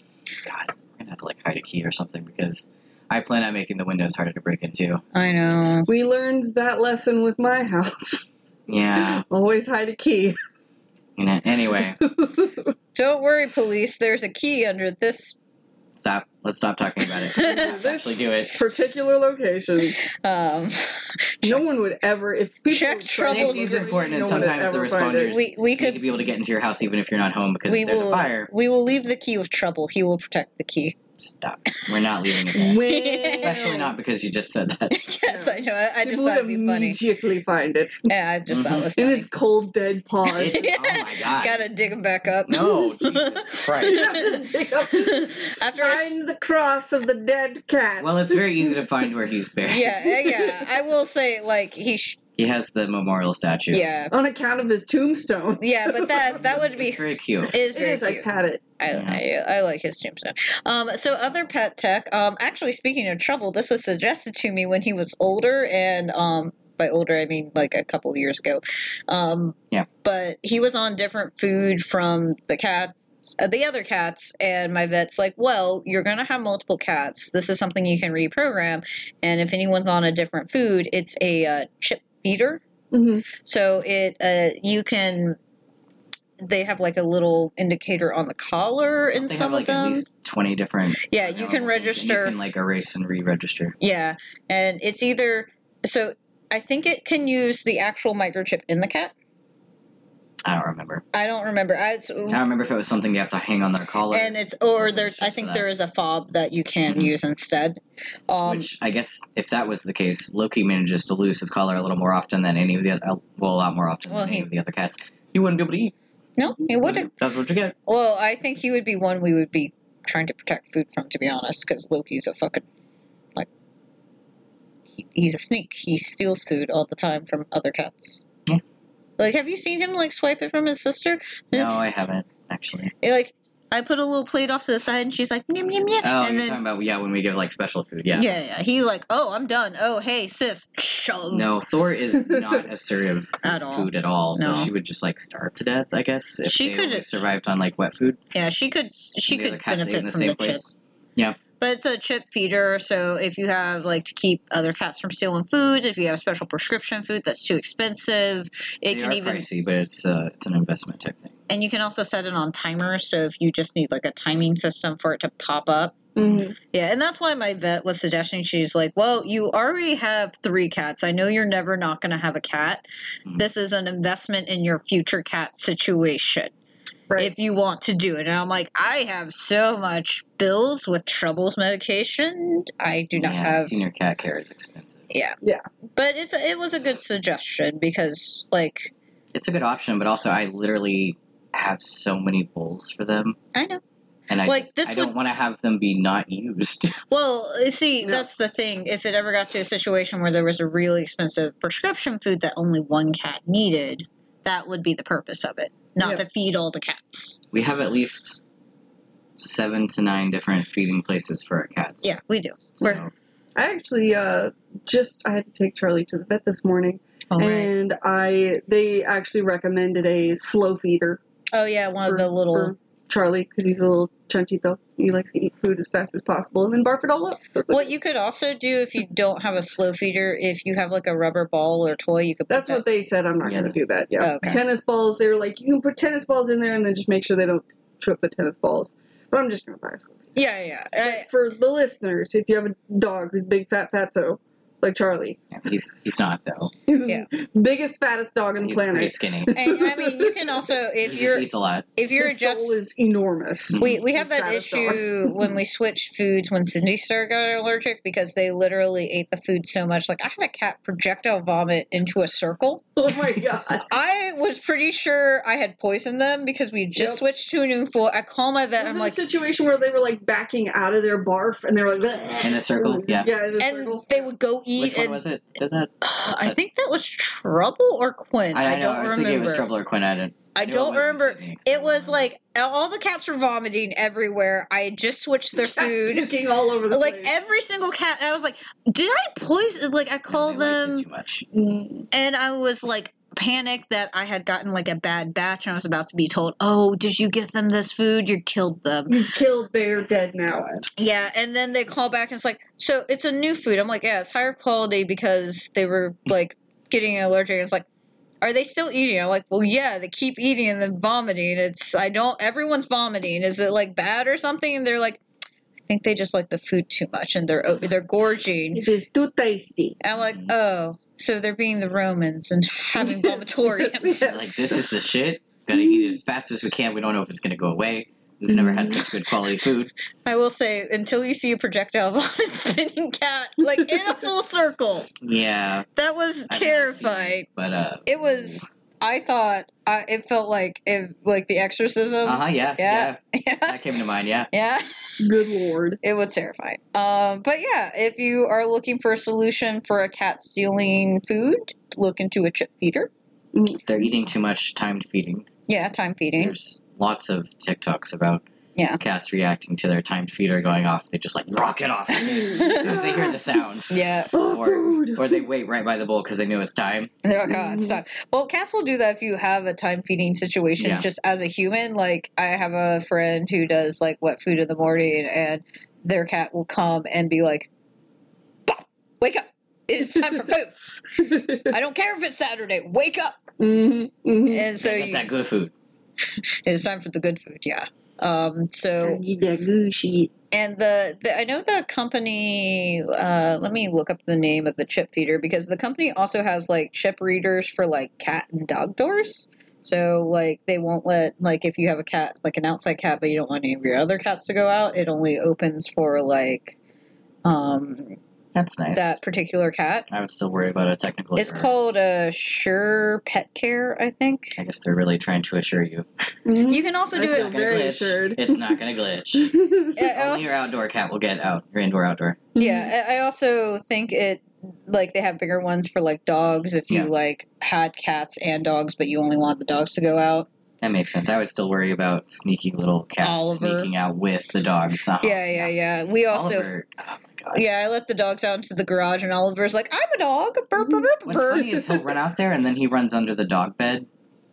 Speaker 3: God, I'm gonna have to like hide a key or something because I plan on making the windows harder to break into.
Speaker 2: i know
Speaker 4: we learned that lesson with my house.
Speaker 3: Yeah.
Speaker 4: Always hide a key.
Speaker 3: You know. Anyway,
Speaker 2: don't worry police there's a key under this
Speaker 3: stop. Let's stop talking about it.
Speaker 4: This
Speaker 3: Actually, do it.
Speaker 4: particular location,
Speaker 2: um,
Speaker 4: no one would ever. If people
Speaker 2: Check
Speaker 4: would try to
Speaker 2: troubles
Speaker 4: use
Speaker 3: Safety is
Speaker 4: it,
Speaker 3: important, and
Speaker 4: no one would
Speaker 3: sometimes the
Speaker 4: ever find it.
Speaker 3: responders
Speaker 2: we we
Speaker 3: need to
Speaker 2: could
Speaker 3: be able to get into your house even if you're not home because
Speaker 2: we
Speaker 3: if there's
Speaker 2: will
Speaker 3: a fire.
Speaker 2: we will leave the key with trouble. He will protect the key.
Speaker 3: Stop. We're not leaving it there. Especially
Speaker 4: Well,
Speaker 3: not because you just said that.
Speaker 2: yes, I know. I, I just
Speaker 4: people
Speaker 2: thought
Speaker 4: would
Speaker 2: it'd be funny.
Speaker 4: immediately find it
Speaker 2: Yeah, I just
Speaker 3: Mm-hmm.
Speaker 2: thought it was
Speaker 4: in
Speaker 2: funny.
Speaker 4: its cold dead paws.
Speaker 3: It's, oh my god.
Speaker 2: Gotta dig him back up.
Speaker 3: No, Jesus Christ.
Speaker 4: Find
Speaker 2: After I s-
Speaker 4: the cross of the dead cat.
Speaker 3: Well, it's very easy to find where he's buried.
Speaker 2: yeah, yeah, yeah. I will say, like, he, sh-
Speaker 3: He has the memorial statue.
Speaker 2: yeah,
Speaker 4: on account of his tombstone.
Speaker 2: yeah, but that that would
Speaker 3: It's
Speaker 2: be
Speaker 3: very cute.
Speaker 2: is
Speaker 4: It
Speaker 2: very
Speaker 4: is. I
Speaker 2: cute.
Speaker 4: pat it.
Speaker 2: I, I I like his tombstone. Um, so other pet tech. Um, actually, speaking of trouble, this was suggested to me when he was older, and um, by older I mean like a couple years ago. Um,
Speaker 3: Yeah.
Speaker 2: But he was on different food from the cats. Uh, the other cats and my vet's like, well, you're gonna have multiple cats. This is something you can reprogram, and if anyone's on a different food, it's a uh, chip feeder.
Speaker 4: Mhm.
Speaker 2: So it uh, you can they have like a little indicator on the collar in
Speaker 3: They
Speaker 2: some
Speaker 3: have like
Speaker 2: of them.
Speaker 3: at least 20 different.
Speaker 2: yeah, you can
Speaker 3: animals, and
Speaker 2: register.
Speaker 3: You can like erase and re register.
Speaker 2: yeah, and it's either so I think it can use the actual microchip in the cat.
Speaker 3: I don't remember.
Speaker 2: I don't remember. I was,
Speaker 3: I don't remember if it was something they have to hang on their collar.
Speaker 2: Mm-hmm. and it's or
Speaker 3: Nothing
Speaker 2: there's I
Speaker 3: says for
Speaker 2: think
Speaker 3: that.
Speaker 2: there is a fob that you can
Speaker 3: Mhm.
Speaker 2: use instead. Um,
Speaker 3: which I guess if that was the case, Loki manages to lose his collar a little more often than any of the other, well, a lot more often
Speaker 2: Well,
Speaker 3: than
Speaker 2: he-
Speaker 3: any of the other cats. He wouldn't be able to eat.
Speaker 2: no, he
Speaker 3: That's-
Speaker 2: wouldn't.
Speaker 3: That's what you get.
Speaker 2: Well, I think he would be one we would be trying to protect food from, to be honest, because Loki's a fucking like he, he's a sneak. He steals food all the time from other cats.
Speaker 3: Yeah.
Speaker 2: Like, have you seen him like swipe it from his sister?
Speaker 3: No, I haven't actually.
Speaker 2: It, like, I put a little plate off to the side, and she's like, "Yum yum yum,"
Speaker 3: Oh,
Speaker 2: and
Speaker 3: you're
Speaker 2: then
Speaker 3: talking about yeah when we give like special food.
Speaker 2: yeah.
Speaker 3: Yeah.
Speaker 2: yeah, He like, "Oh, I'm done. Oh, hey, sis, shove."
Speaker 3: No, Thor is not assertive
Speaker 2: At
Speaker 3: with
Speaker 2: all.
Speaker 3: food at all. So
Speaker 2: No.
Speaker 3: she would just like starve to death, I guess. If
Speaker 2: She
Speaker 3: they
Speaker 2: could-
Speaker 3: only survived on like wet food.
Speaker 2: Yeah, she could. She
Speaker 3: and the other
Speaker 2: could
Speaker 3: cats ate in
Speaker 2: benefit
Speaker 3: the
Speaker 2: from
Speaker 3: same
Speaker 2: the chip.
Speaker 3: place.
Speaker 2: But it's a chip feeder, so if you have like to keep other cats from stealing food, if you have special prescription food that's too expensive, it
Speaker 3: they
Speaker 2: can
Speaker 3: are
Speaker 2: even
Speaker 3: pricey, but it's uh, it's an investment type thing.
Speaker 2: and you can also set it on timer, so if you just need like a timing system for it to pop up.
Speaker 4: Mhm.
Speaker 2: Yeah, and that's why my vet was suggesting she's like, "Well, you already have 3 cats. I know you're never not going to have a cat.
Speaker 3: Mhm.
Speaker 2: This is an investment in your future cat situation."
Speaker 4: Right.
Speaker 2: if you want to do it. And I'm like, I have so much bills with troubles medication. I do not
Speaker 3: yeah,
Speaker 2: have.
Speaker 3: senior cat care is expensive.
Speaker 2: But it's it was a good suggestion because like
Speaker 3: It's a good option, but also I literally have so many bowls for them.
Speaker 2: I know.
Speaker 3: and I
Speaker 2: Like,
Speaker 3: just-
Speaker 2: this
Speaker 3: I don't
Speaker 2: would-
Speaker 3: want to have them be not used.
Speaker 2: Well, eh, see,
Speaker 4: Yeah.
Speaker 2: that's the thing. If it ever got to a situation where there was a really expensive prescription food that only one cat needed, that would be the purpose of it, not
Speaker 4: Yeah.
Speaker 2: to feed all the cats.
Speaker 3: we have at least seven to nine different feeding places for our cats.
Speaker 2: Yeah, we do.
Speaker 3: So,
Speaker 2: We're-
Speaker 4: I actually uh, just I had to take Charlie to the vet this morning,
Speaker 2: All right.
Speaker 4: and I they actually recommended a slow feeder
Speaker 2: Oh yeah, one
Speaker 4: for-
Speaker 2: of the little.
Speaker 4: for Charlie because he's a little chunchito. He likes to eat food as fast as possible and then barf it all up. So it's like-
Speaker 2: What you could also do if you don't have a slow feeder, if you have like a rubber ball or toy, you could. put
Speaker 4: That's
Speaker 2: that
Speaker 4: what they said. I'm not
Speaker 3: Yeah.
Speaker 4: going to do that. Yeah.
Speaker 2: Oh, okay.
Speaker 4: Tennis balls. They were like, you can put tennis balls in there and then just make sure they don't trip the tennis balls. But I'm just going to buy some.
Speaker 2: Yeah, yeah. I,
Speaker 4: For the listeners, if you have a dog who's big, fat, fatso, like Charlie,
Speaker 3: yeah, he's he's not though.
Speaker 2: Yeah.
Speaker 4: biggest, fattest dog on the
Speaker 3: He's pretty
Speaker 4: planet.
Speaker 3: skinny.
Speaker 2: I, I mean, you can also if
Speaker 3: he
Speaker 2: you're
Speaker 3: just eats a lot.
Speaker 2: if you're
Speaker 4: His soul
Speaker 2: just
Speaker 4: is enormous.
Speaker 2: we we had that
Speaker 4: Satisfied.
Speaker 2: issue when we switched foods when Cindy Star got allergic because they literally ate the food so much. Like I had a cat projectile vomit into a circle.
Speaker 4: Oh my god.
Speaker 2: I was pretty sure I had poisoned them because we just
Speaker 4: Yep.
Speaker 2: switched to a new food. I call my vet.
Speaker 4: It was
Speaker 2: I'm
Speaker 4: in
Speaker 2: like,
Speaker 4: a situation where they were like backing out of their barf and they were like "Bleh."
Speaker 3: In a circle? Yeah.
Speaker 4: Yeah, in a
Speaker 2: and
Speaker 4: circle.
Speaker 2: they would go eat.
Speaker 3: Which one
Speaker 2: and,
Speaker 3: was it? Did that?
Speaker 2: I think that was Trouble or Quinn. I,
Speaker 3: I, I know.
Speaker 2: don't
Speaker 3: I was
Speaker 2: remember.
Speaker 3: thinking it was Trouble or Quinn. I didn't.
Speaker 2: I
Speaker 3: knew
Speaker 2: don't
Speaker 3: wasn't
Speaker 2: remember.
Speaker 3: Sydney, 'cause I
Speaker 2: It
Speaker 3: don't
Speaker 2: was
Speaker 3: remember.
Speaker 2: like all the cats were vomiting everywhere. I had just switched their
Speaker 4: Cats
Speaker 2: food.
Speaker 4: puking all over the
Speaker 2: Like
Speaker 4: place.
Speaker 2: every single cat, and I was like, "Did I poison?" Like I
Speaker 3: No, they
Speaker 2: called
Speaker 3: liked it
Speaker 2: them,
Speaker 3: too much.
Speaker 4: Mm.
Speaker 2: and I was like panicked that I had gotten like a bad batch, and I was about to be told, "Oh, did you get them this food? You killed them."
Speaker 4: You killed their dead now.
Speaker 2: Yeah, and then they call back and it's like, so it's a new food. I'm like, yeah, it's higher quality because they were like getting allergic. It's like, are they still eating? I'm like, well, yeah, they keep eating and then vomiting. It's I don't. Everyone's vomiting. Is it like bad or something? And they're like, I think they just like the food too much and they're oh, they're gorging.
Speaker 4: It is too tasty.
Speaker 2: And I'm like,
Speaker 3: Mm-hmm.
Speaker 2: oh, so they're being the Romans and having vomitoriums.
Speaker 3: It's like this is the shit. Gotta eat it as fast as we can. We don't know if it's gonna go away. We've never had
Speaker 2: Mm-hmm.
Speaker 3: such good quality food.
Speaker 2: I will say, until you see a projectile vomit spinning cat, like in a full circle,
Speaker 3: Yeah,
Speaker 2: that was
Speaker 3: I've never seen
Speaker 2: terrifying.
Speaker 3: but uh,
Speaker 2: It was. I thought. I, it felt like it, like the exorcism.
Speaker 3: Uh huh. Yeah,
Speaker 2: Yeah.
Speaker 3: yeah.
Speaker 2: Yeah.
Speaker 3: That came to mind. Yeah.
Speaker 2: Yeah.
Speaker 4: Good lord.
Speaker 2: It was terrifying. Um, but yeah, if you are looking for a solution for a cat stealing food, look into a chip feeder.
Speaker 3: They're eating too much timed feeding.
Speaker 2: Yeah, time feeding.
Speaker 3: There's lots of TikToks about
Speaker 2: Yeah.
Speaker 3: cats reacting to their timed feeder going off. They just like rock it off as soon as they hear the sound.
Speaker 2: Yeah,
Speaker 4: Oh,
Speaker 3: Or,
Speaker 4: food.
Speaker 3: or they wait right by the bowl because they know it's time.
Speaker 2: they're like, oh, it's time. Well, cats will do that if you have a time feeding situation.
Speaker 3: Yeah.
Speaker 2: Just as a human, like I have a friend who does like wet food in the morning, and their cat will come and be like, "Bah, "Wake up! It's time for food. I don't care if it's Saturday. Wake up!"
Speaker 4: Mhm, mhm.
Speaker 2: And so
Speaker 3: Get
Speaker 2: you,
Speaker 3: that good food.
Speaker 2: it's time for the good food. Yeah. Um. So
Speaker 4: I need that goo shit.
Speaker 2: and the, the I know the company. Uh, let me look up the name of the chip feeder because the company also has like chip readers for like cat and dog doors. So like they won't let like if you have a cat like an outside cat but you don't want any of your other cats to go out, it only opens for like um
Speaker 3: That's nice.
Speaker 2: that particular cat.
Speaker 3: I would still worry about a technical
Speaker 2: It's
Speaker 3: error.
Speaker 2: called a Sure Pet Care, I think.
Speaker 3: I guess they're really trying to assure you.
Speaker 4: Mhm.
Speaker 2: You can also
Speaker 4: I
Speaker 2: do
Speaker 3: it's
Speaker 2: it.
Speaker 4: feel
Speaker 3: not gonna
Speaker 4: very
Speaker 3: glitch.
Speaker 4: assured.
Speaker 3: It's not gonna glitch.
Speaker 4: Mm-hmm.
Speaker 2: it
Speaker 3: Only your outdoor cat will get out. Your indoor outdoor.
Speaker 2: Yeah,
Speaker 3: Mm-hmm.
Speaker 2: I I also think it like they have bigger ones for like dogs if you
Speaker 3: Yeah.
Speaker 2: like had cats and dogs but you only want the dogs to go out.
Speaker 3: That makes sense. I would still worry about sneaky little cats
Speaker 2: Oliver.
Speaker 3: sneaking out with the dogs. Uh-huh.
Speaker 2: yeah, yeah, yeah. We also
Speaker 3: Oliver. Oh my god.
Speaker 2: Yeah, I let the dogs out into the garage and Oliver's like, "I'm a dog." Burp, burp, burp,
Speaker 3: Mm-hmm. What's
Speaker 2: burp.
Speaker 3: funny is he'll run out there and then he runs under the dog bed.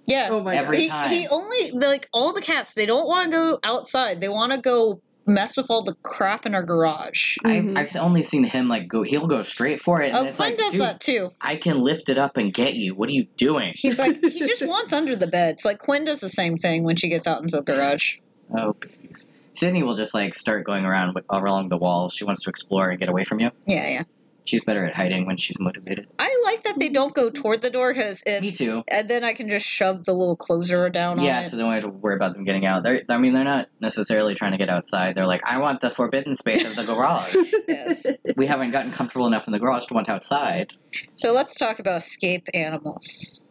Speaker 2: Yeah.
Speaker 4: Oh my
Speaker 3: Every-
Speaker 2: he,
Speaker 3: time.
Speaker 2: he only like all the cats, they don't want to go outside. They want to go mess with all the crap in our garage.
Speaker 4: Mhm.
Speaker 3: I've, I've only seen him like go. He'll go straight for it, and
Speaker 2: Mm-hmm. Oh,
Speaker 3: it's
Speaker 2: Quinn
Speaker 3: like,
Speaker 2: does
Speaker 3: dude,
Speaker 2: that too.
Speaker 3: I can lift it up and get you. What are you doing?
Speaker 2: He's like he just wants under the beds. Like Quinn does the same thing when she gets out into the garage.
Speaker 3: Oh, please. Sydney will just like start going around with, along the walls. She wants to explore and get away from you.
Speaker 2: Yeah, yeah.
Speaker 3: She's better at hiding when she's motivated.
Speaker 2: I like that they don't go toward the door because
Speaker 3: Me
Speaker 2: if
Speaker 3: too.
Speaker 2: and then I can just shove the little closer down
Speaker 3: Yeah,
Speaker 2: on it.
Speaker 3: so they don't have to worry about them getting out. They're, I mean, they're not necessarily trying to get outside. They're like, I want the forbidden space of the garage.
Speaker 2: Yes.
Speaker 3: we haven't gotten comfortable enough in the garage to want outside.
Speaker 2: so let's talk about escape animals.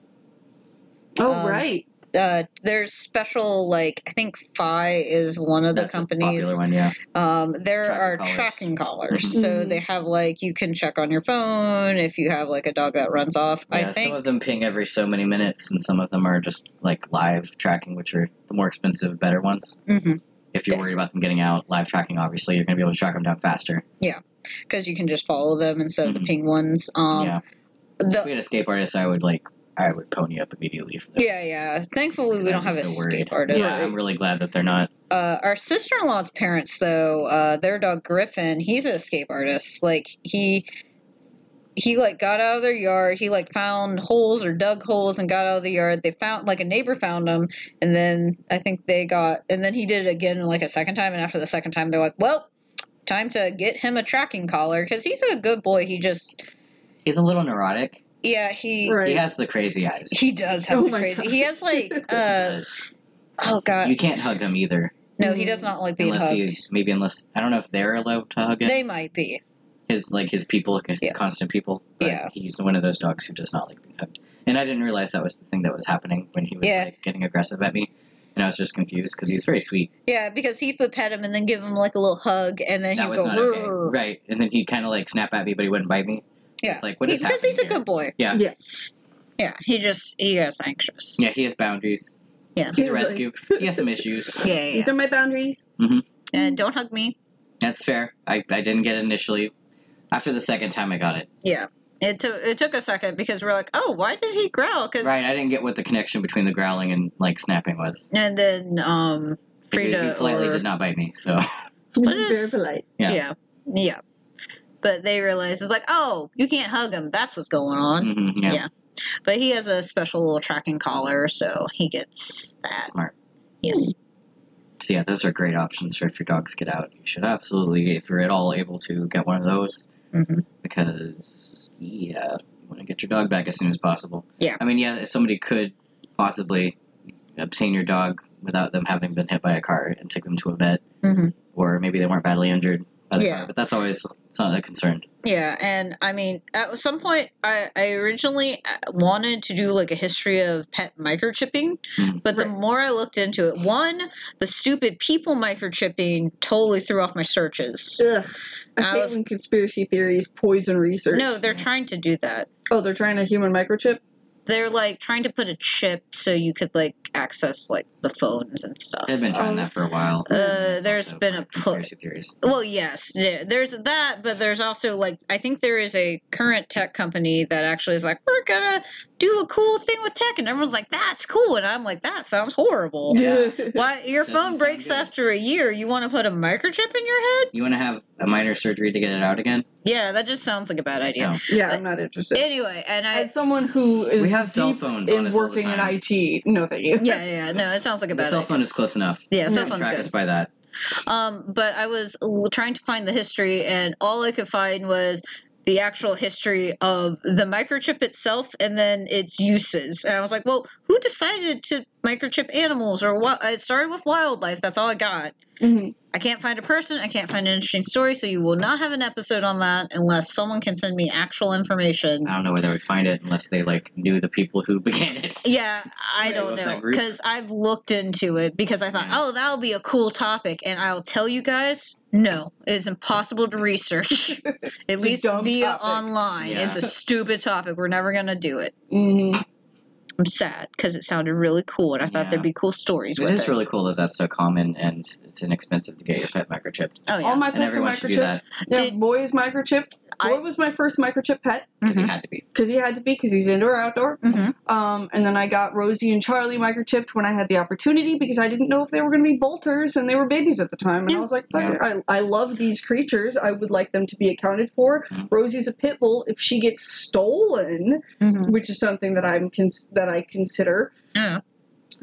Speaker 4: oh
Speaker 2: Um,
Speaker 4: right.
Speaker 2: Uh, there's special like I think Phi is one of the
Speaker 3: That's a
Speaker 2: companies.
Speaker 3: popular one, yeah.
Speaker 2: Um, there
Speaker 3: Tracking
Speaker 2: are
Speaker 3: collars.
Speaker 2: tracking collars,
Speaker 3: Mhm.
Speaker 2: so
Speaker 4: Mhm.
Speaker 2: they have like you can check on your phone if you have like a dog that runs off.
Speaker 3: Yeah,
Speaker 2: I think
Speaker 3: some of them ping every so many minutes, and some of them are just like live tracking, which are the more expensive, better ones.
Speaker 2: Mhm.
Speaker 3: If you're
Speaker 2: Yeah.
Speaker 3: worried about them getting out, live tracking, obviously, you're going to be able to track them down faster.
Speaker 2: 'cause you can just follow them instead of the
Speaker 3: Mhm.
Speaker 2: ping ones. Um,
Speaker 3: yeah.
Speaker 2: the
Speaker 3: If we had escape artists, I would like, I would pony up immediately for this.
Speaker 2: yeah, yeah. Thankfully,
Speaker 3: Because
Speaker 2: we
Speaker 3: I'd
Speaker 2: don't
Speaker 3: be
Speaker 2: have
Speaker 3: so
Speaker 2: escape
Speaker 3: worried.
Speaker 2: artists.
Speaker 3: Yeah, I'm really glad that they're not.
Speaker 2: uh, our sister-in-law's parents though uh, their dog griffin he's an escape artist like he he like got out of their yard he like found holes or dug holes and got out of the yard they found like a neighbor found him and then i think they got and then he did it again like a second time and after the second time they're like well time to get him a tracking collar because he's a good boy he just
Speaker 3: He's a little neurotic.
Speaker 2: yeah he
Speaker 4: Right.
Speaker 3: He has the crazy eyes.
Speaker 2: he does have
Speaker 4: Oh
Speaker 2: the
Speaker 4: my
Speaker 2: crazy
Speaker 4: God.
Speaker 2: he has like
Speaker 3: He
Speaker 2: uh
Speaker 3: does.
Speaker 2: oh god
Speaker 3: you can't hug him either,
Speaker 2: no he does not like being
Speaker 3: unless
Speaker 2: hugged
Speaker 3: you maybe unless I don't know if they're allowed to hug him.
Speaker 2: they might be
Speaker 3: his like his people, his
Speaker 2: Yeah.
Speaker 3: constant people. But
Speaker 2: Yeah.
Speaker 3: he's one of those dogs who does not like being hugged. And I didn't realize that was the thing that was happening when he was
Speaker 2: Yeah.
Speaker 3: like getting aggressive at me, and I was just confused because he's very sweet.
Speaker 2: Yeah, because Heath would pet him and then give him like a little hug, and then
Speaker 3: that
Speaker 2: he'd
Speaker 3: was
Speaker 2: go
Speaker 3: not okay,
Speaker 2: "Rrr."
Speaker 3: right? And then he'd kind of like snap at me, but he wouldn't bite me.
Speaker 2: Yeah.
Speaker 3: it's like what
Speaker 2: He's-
Speaker 3: is
Speaker 2: because
Speaker 3: happening?
Speaker 2: he's a good boy.
Speaker 3: Yeah.
Speaker 4: Yeah.
Speaker 2: Yeah, he just he gets anxious.
Speaker 3: here? Yeah, he has boundaries.
Speaker 2: Yeah.
Speaker 3: He's
Speaker 4: He's
Speaker 3: a
Speaker 4: like-
Speaker 3: rescue. he has some issues.
Speaker 2: yeah, yeah.
Speaker 4: These are my boundaries.
Speaker 2: yeah. And don't hug me.
Speaker 3: That's fair. I, I didn't get it initially. After the second time, I got it.
Speaker 2: Yeah, it took it took a second because we're like, oh, why did he growl? 'Cause-
Speaker 3: Right, I didn't get what the connection between the growling and like snapping was.
Speaker 2: and then um,
Speaker 3: He- he
Speaker 2: Frida
Speaker 3: politely
Speaker 2: or
Speaker 3: did not bite me, so
Speaker 4: This
Speaker 2: What
Speaker 4: is
Speaker 2: is-
Speaker 4: very polite.
Speaker 3: Yeah.
Speaker 2: yeah, yeah. But they realize it's like, oh, you can't hug him. That's what's going on.
Speaker 3: Mhm, yeah,
Speaker 2: Yeah. But he has a special little tracking collar, so he gets that.
Speaker 3: smart.
Speaker 2: Yes.
Speaker 3: So yeah, those are great options for if your dogs get out. You should absolutely, if you're at all able to, get one of those
Speaker 2: Mhm.
Speaker 3: because yeah, you want to get your dog back as soon as possible.
Speaker 2: Yeah.
Speaker 3: I mean, yeah, if somebody could possibly obtain your dog without them having been hit by a car and take them to a vet,
Speaker 2: Mhm.
Speaker 3: or maybe they weren't badly injured by the
Speaker 2: Yeah.
Speaker 3: car, but that's always it's not a concern.
Speaker 2: Yeah, and I mean, at some point, I, I originally uh, wanted to do like a history of pet microchipping,
Speaker 3: Mhm.
Speaker 2: but the
Speaker 4: Right.
Speaker 2: more I looked into it, one, the stupid people microchipping totally threw off my searches.
Speaker 4: Ugh. I
Speaker 2: I
Speaker 4: hate
Speaker 2: was-
Speaker 4: when conspiracy theories poison research.
Speaker 2: No, they're
Speaker 3: Yeah.
Speaker 2: trying to do that.
Speaker 4: Oh, they're trying to human microchip?
Speaker 2: They're like trying to put a chip so you could like access like the phones and stuff.
Speaker 3: They've been trying
Speaker 4: Um,
Speaker 3: that for a while.
Speaker 2: uh,
Speaker 3: It's
Speaker 2: there's
Speaker 3: also
Speaker 2: been a
Speaker 3: conspiracy theories.
Speaker 2: Well, yes, yeah, there's that, but there's also like I think there is a current tech company that actually is like we're gonna do a cool thing with tech, and everyone's like that's cool, and I'm like that sounds horrible.
Speaker 3: Yeah.
Speaker 2: Why your
Speaker 3: Doesn't
Speaker 2: phone
Speaker 3: sound
Speaker 2: breaks
Speaker 3: good.
Speaker 2: after a year? You want to put a microchip in your head?
Speaker 3: You want to have a minor surgery to get it out again?
Speaker 2: Yeah, that just sounds like a bad idea.
Speaker 3: No.
Speaker 4: yeah, I'm not interested.
Speaker 2: Anyway, and I
Speaker 4: As someone who is
Speaker 3: We have cell
Speaker 4: deep
Speaker 3: phones on
Speaker 4: in
Speaker 3: us all the
Speaker 4: working in
Speaker 3: time.
Speaker 4: IT, no thank you.
Speaker 2: yeah yeah no, it sounds like a
Speaker 3: The
Speaker 2: bad
Speaker 3: cell
Speaker 2: idea.
Speaker 3: phone is close enough.
Speaker 2: Yeah,
Speaker 4: You
Speaker 2: cell
Speaker 4: can
Speaker 2: phone's
Speaker 3: Track
Speaker 2: good.
Speaker 3: us by that.
Speaker 2: Um, but I was l- trying to find the history, and all I could find was the actual history of the microchip itself and then its uses. And I was like, well, who decided to microchip animals or what? It started with wildlife. That's all I got.
Speaker 4: Mhm.
Speaker 2: I can't find a person. I can't find an interesting story. So you will not have an episode on that unless someone can send me actual information.
Speaker 3: I don't know where they would find it unless they like knew the people who began it.
Speaker 2: Yeah, I
Speaker 3: Right,
Speaker 2: don't
Speaker 3: what's
Speaker 2: know
Speaker 3: that group?
Speaker 2: because I've looked into it because I thought,
Speaker 3: Yeah.
Speaker 2: oh, that'll be a cool topic, and I'll tell you guys, no, it's impossible to research. At
Speaker 4: a
Speaker 2: least
Speaker 4: dumb
Speaker 2: via
Speaker 4: topic.
Speaker 2: online, it's a
Speaker 3: Yeah.
Speaker 2: stupid topic. We're never gonna do it.
Speaker 4: Mhm.
Speaker 2: I'm sad because it sounded really cool, and I thought
Speaker 3: Yeah.
Speaker 2: there'd be cool stories
Speaker 3: It
Speaker 2: with
Speaker 3: is
Speaker 2: it.
Speaker 3: really cool that that's so common and it's inexpensive to get your pet microchipped.
Speaker 2: oh yeah,
Speaker 4: All my
Speaker 3: And
Speaker 4: pets are
Speaker 3: everyone should do
Speaker 4: microchipped.
Speaker 3: that
Speaker 4: Yeah,
Speaker 2: Did-
Speaker 4: boy is microchipped.
Speaker 2: I-
Speaker 4: Boy was my first microchip pet
Speaker 3: because
Speaker 2: Mhm.
Speaker 3: you had to be.
Speaker 4: because he had to be because he's indoor outdoor.
Speaker 2: Mhm.
Speaker 4: Um, and then I got Rosie and Charlie microchipped when I had the opportunity because I didn't know if they were going to be bolters and they were babies at the time. And
Speaker 2: Yeah.
Speaker 4: I was like,
Speaker 3: Yeah.
Speaker 4: "Fuck, I, I love these creatures. I would like them to be accounted for.
Speaker 3: Mhm.
Speaker 4: Rosie's a pit bull. If she gets stolen,
Speaker 2: Mhm.
Speaker 4: which is something that I'm cons- that I consider.
Speaker 2: Yeah.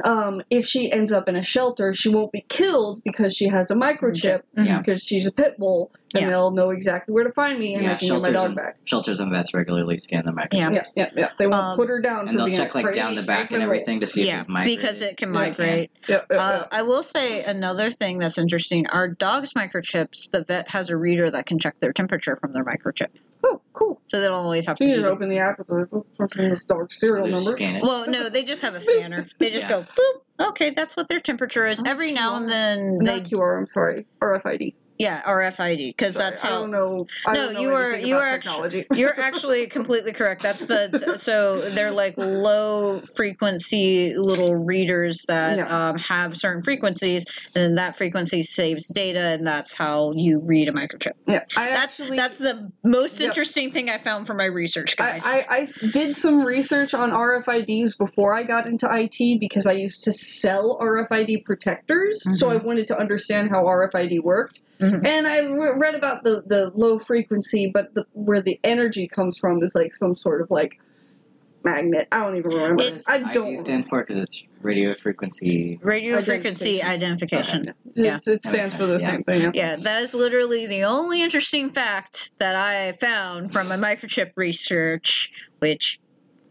Speaker 4: Um, if she ends up in a shelter, she won't be killed because she has a microchip
Speaker 2: Mhm.
Speaker 3: Yeah.
Speaker 4: because she's a pit bull, and
Speaker 2: Yeah.
Speaker 4: they'll know exactly where to find me, and I
Speaker 3: Yeah,
Speaker 4: can get my
Speaker 3: shelters
Speaker 4: dog
Speaker 3: and,
Speaker 4: back.
Speaker 3: shelters and vets regularly scan the microchip.
Speaker 2: Yeah.
Speaker 4: Yeah, yeah, yeah. They won't
Speaker 2: Um,
Speaker 4: put her down
Speaker 3: And
Speaker 4: for
Speaker 3: they'll
Speaker 4: being
Speaker 3: check
Speaker 4: a
Speaker 3: like
Speaker 4: crazy
Speaker 3: down the back and
Speaker 4: snake little.
Speaker 3: everything to see
Speaker 2: Yeah,
Speaker 3: if it migrated.
Speaker 2: because it can
Speaker 4: Yeah, it can.
Speaker 2: migrate.
Speaker 4: Yeah, yeah,
Speaker 2: Uh, I will say another thing that's interesting: our dogs' microchips. The vet has a reader that can check their temperature from their microchip,
Speaker 4: yeah. Oh, cool.
Speaker 2: so they don't always have
Speaker 4: So
Speaker 2: to.
Speaker 4: you
Speaker 2: do
Speaker 4: just
Speaker 2: the-
Speaker 4: open the app oh, with the fucking this dog's
Speaker 3: They'll
Speaker 4: serial
Speaker 3: just
Speaker 4: number.
Speaker 3: scan it.
Speaker 2: Well, no, they just have a scanner. They just go
Speaker 3: Yeah.
Speaker 2: boop. Okay, that's what their temperature is. Every now and then they
Speaker 4: Not QR. I'm sorry, RFID.
Speaker 2: yeah RFID because
Speaker 4: Sorry,
Speaker 2: that's
Speaker 4: I don't
Speaker 2: how
Speaker 4: know. I
Speaker 2: No,
Speaker 4: don't know
Speaker 2: you are-
Speaker 4: anything
Speaker 2: you
Speaker 4: about
Speaker 2: are actu-
Speaker 4: technology.
Speaker 2: you're actually completely correct. That's the so they're like low frequency little readers that
Speaker 4: Yeah.
Speaker 2: um, have certain frequencies, and then that frequency saves data, and that's how you read a microchip.
Speaker 4: yeah, I
Speaker 2: That's
Speaker 4: actually
Speaker 2: that's the most
Speaker 4: Yep.
Speaker 2: interesting thing I found for my research,
Speaker 4: I,
Speaker 2: guys.
Speaker 4: I, I did some research on RFIDs before I got into IT because I used to sell RFID protectors, so
Speaker 2: Mm-hmm.
Speaker 4: I wanted to understand how RFID worked.
Speaker 2: Mhm.
Speaker 4: And I re- read about the, the low frequency, but the, where the energy comes from is like some sort of like magnet. I don't even remember.
Speaker 2: It- It's-
Speaker 4: I don't.
Speaker 3: ID stand for because it's radio frequency.
Speaker 2: Radio frequency
Speaker 4: Okay.
Speaker 2: identification. Yeah.
Speaker 4: It, it
Speaker 3: That
Speaker 4: stands
Speaker 3: makes
Speaker 4: for the
Speaker 3: sense,
Speaker 4: same thing. yeah.
Speaker 2: Yeah, that is literally the only interesting fact that I found from my microchip research, which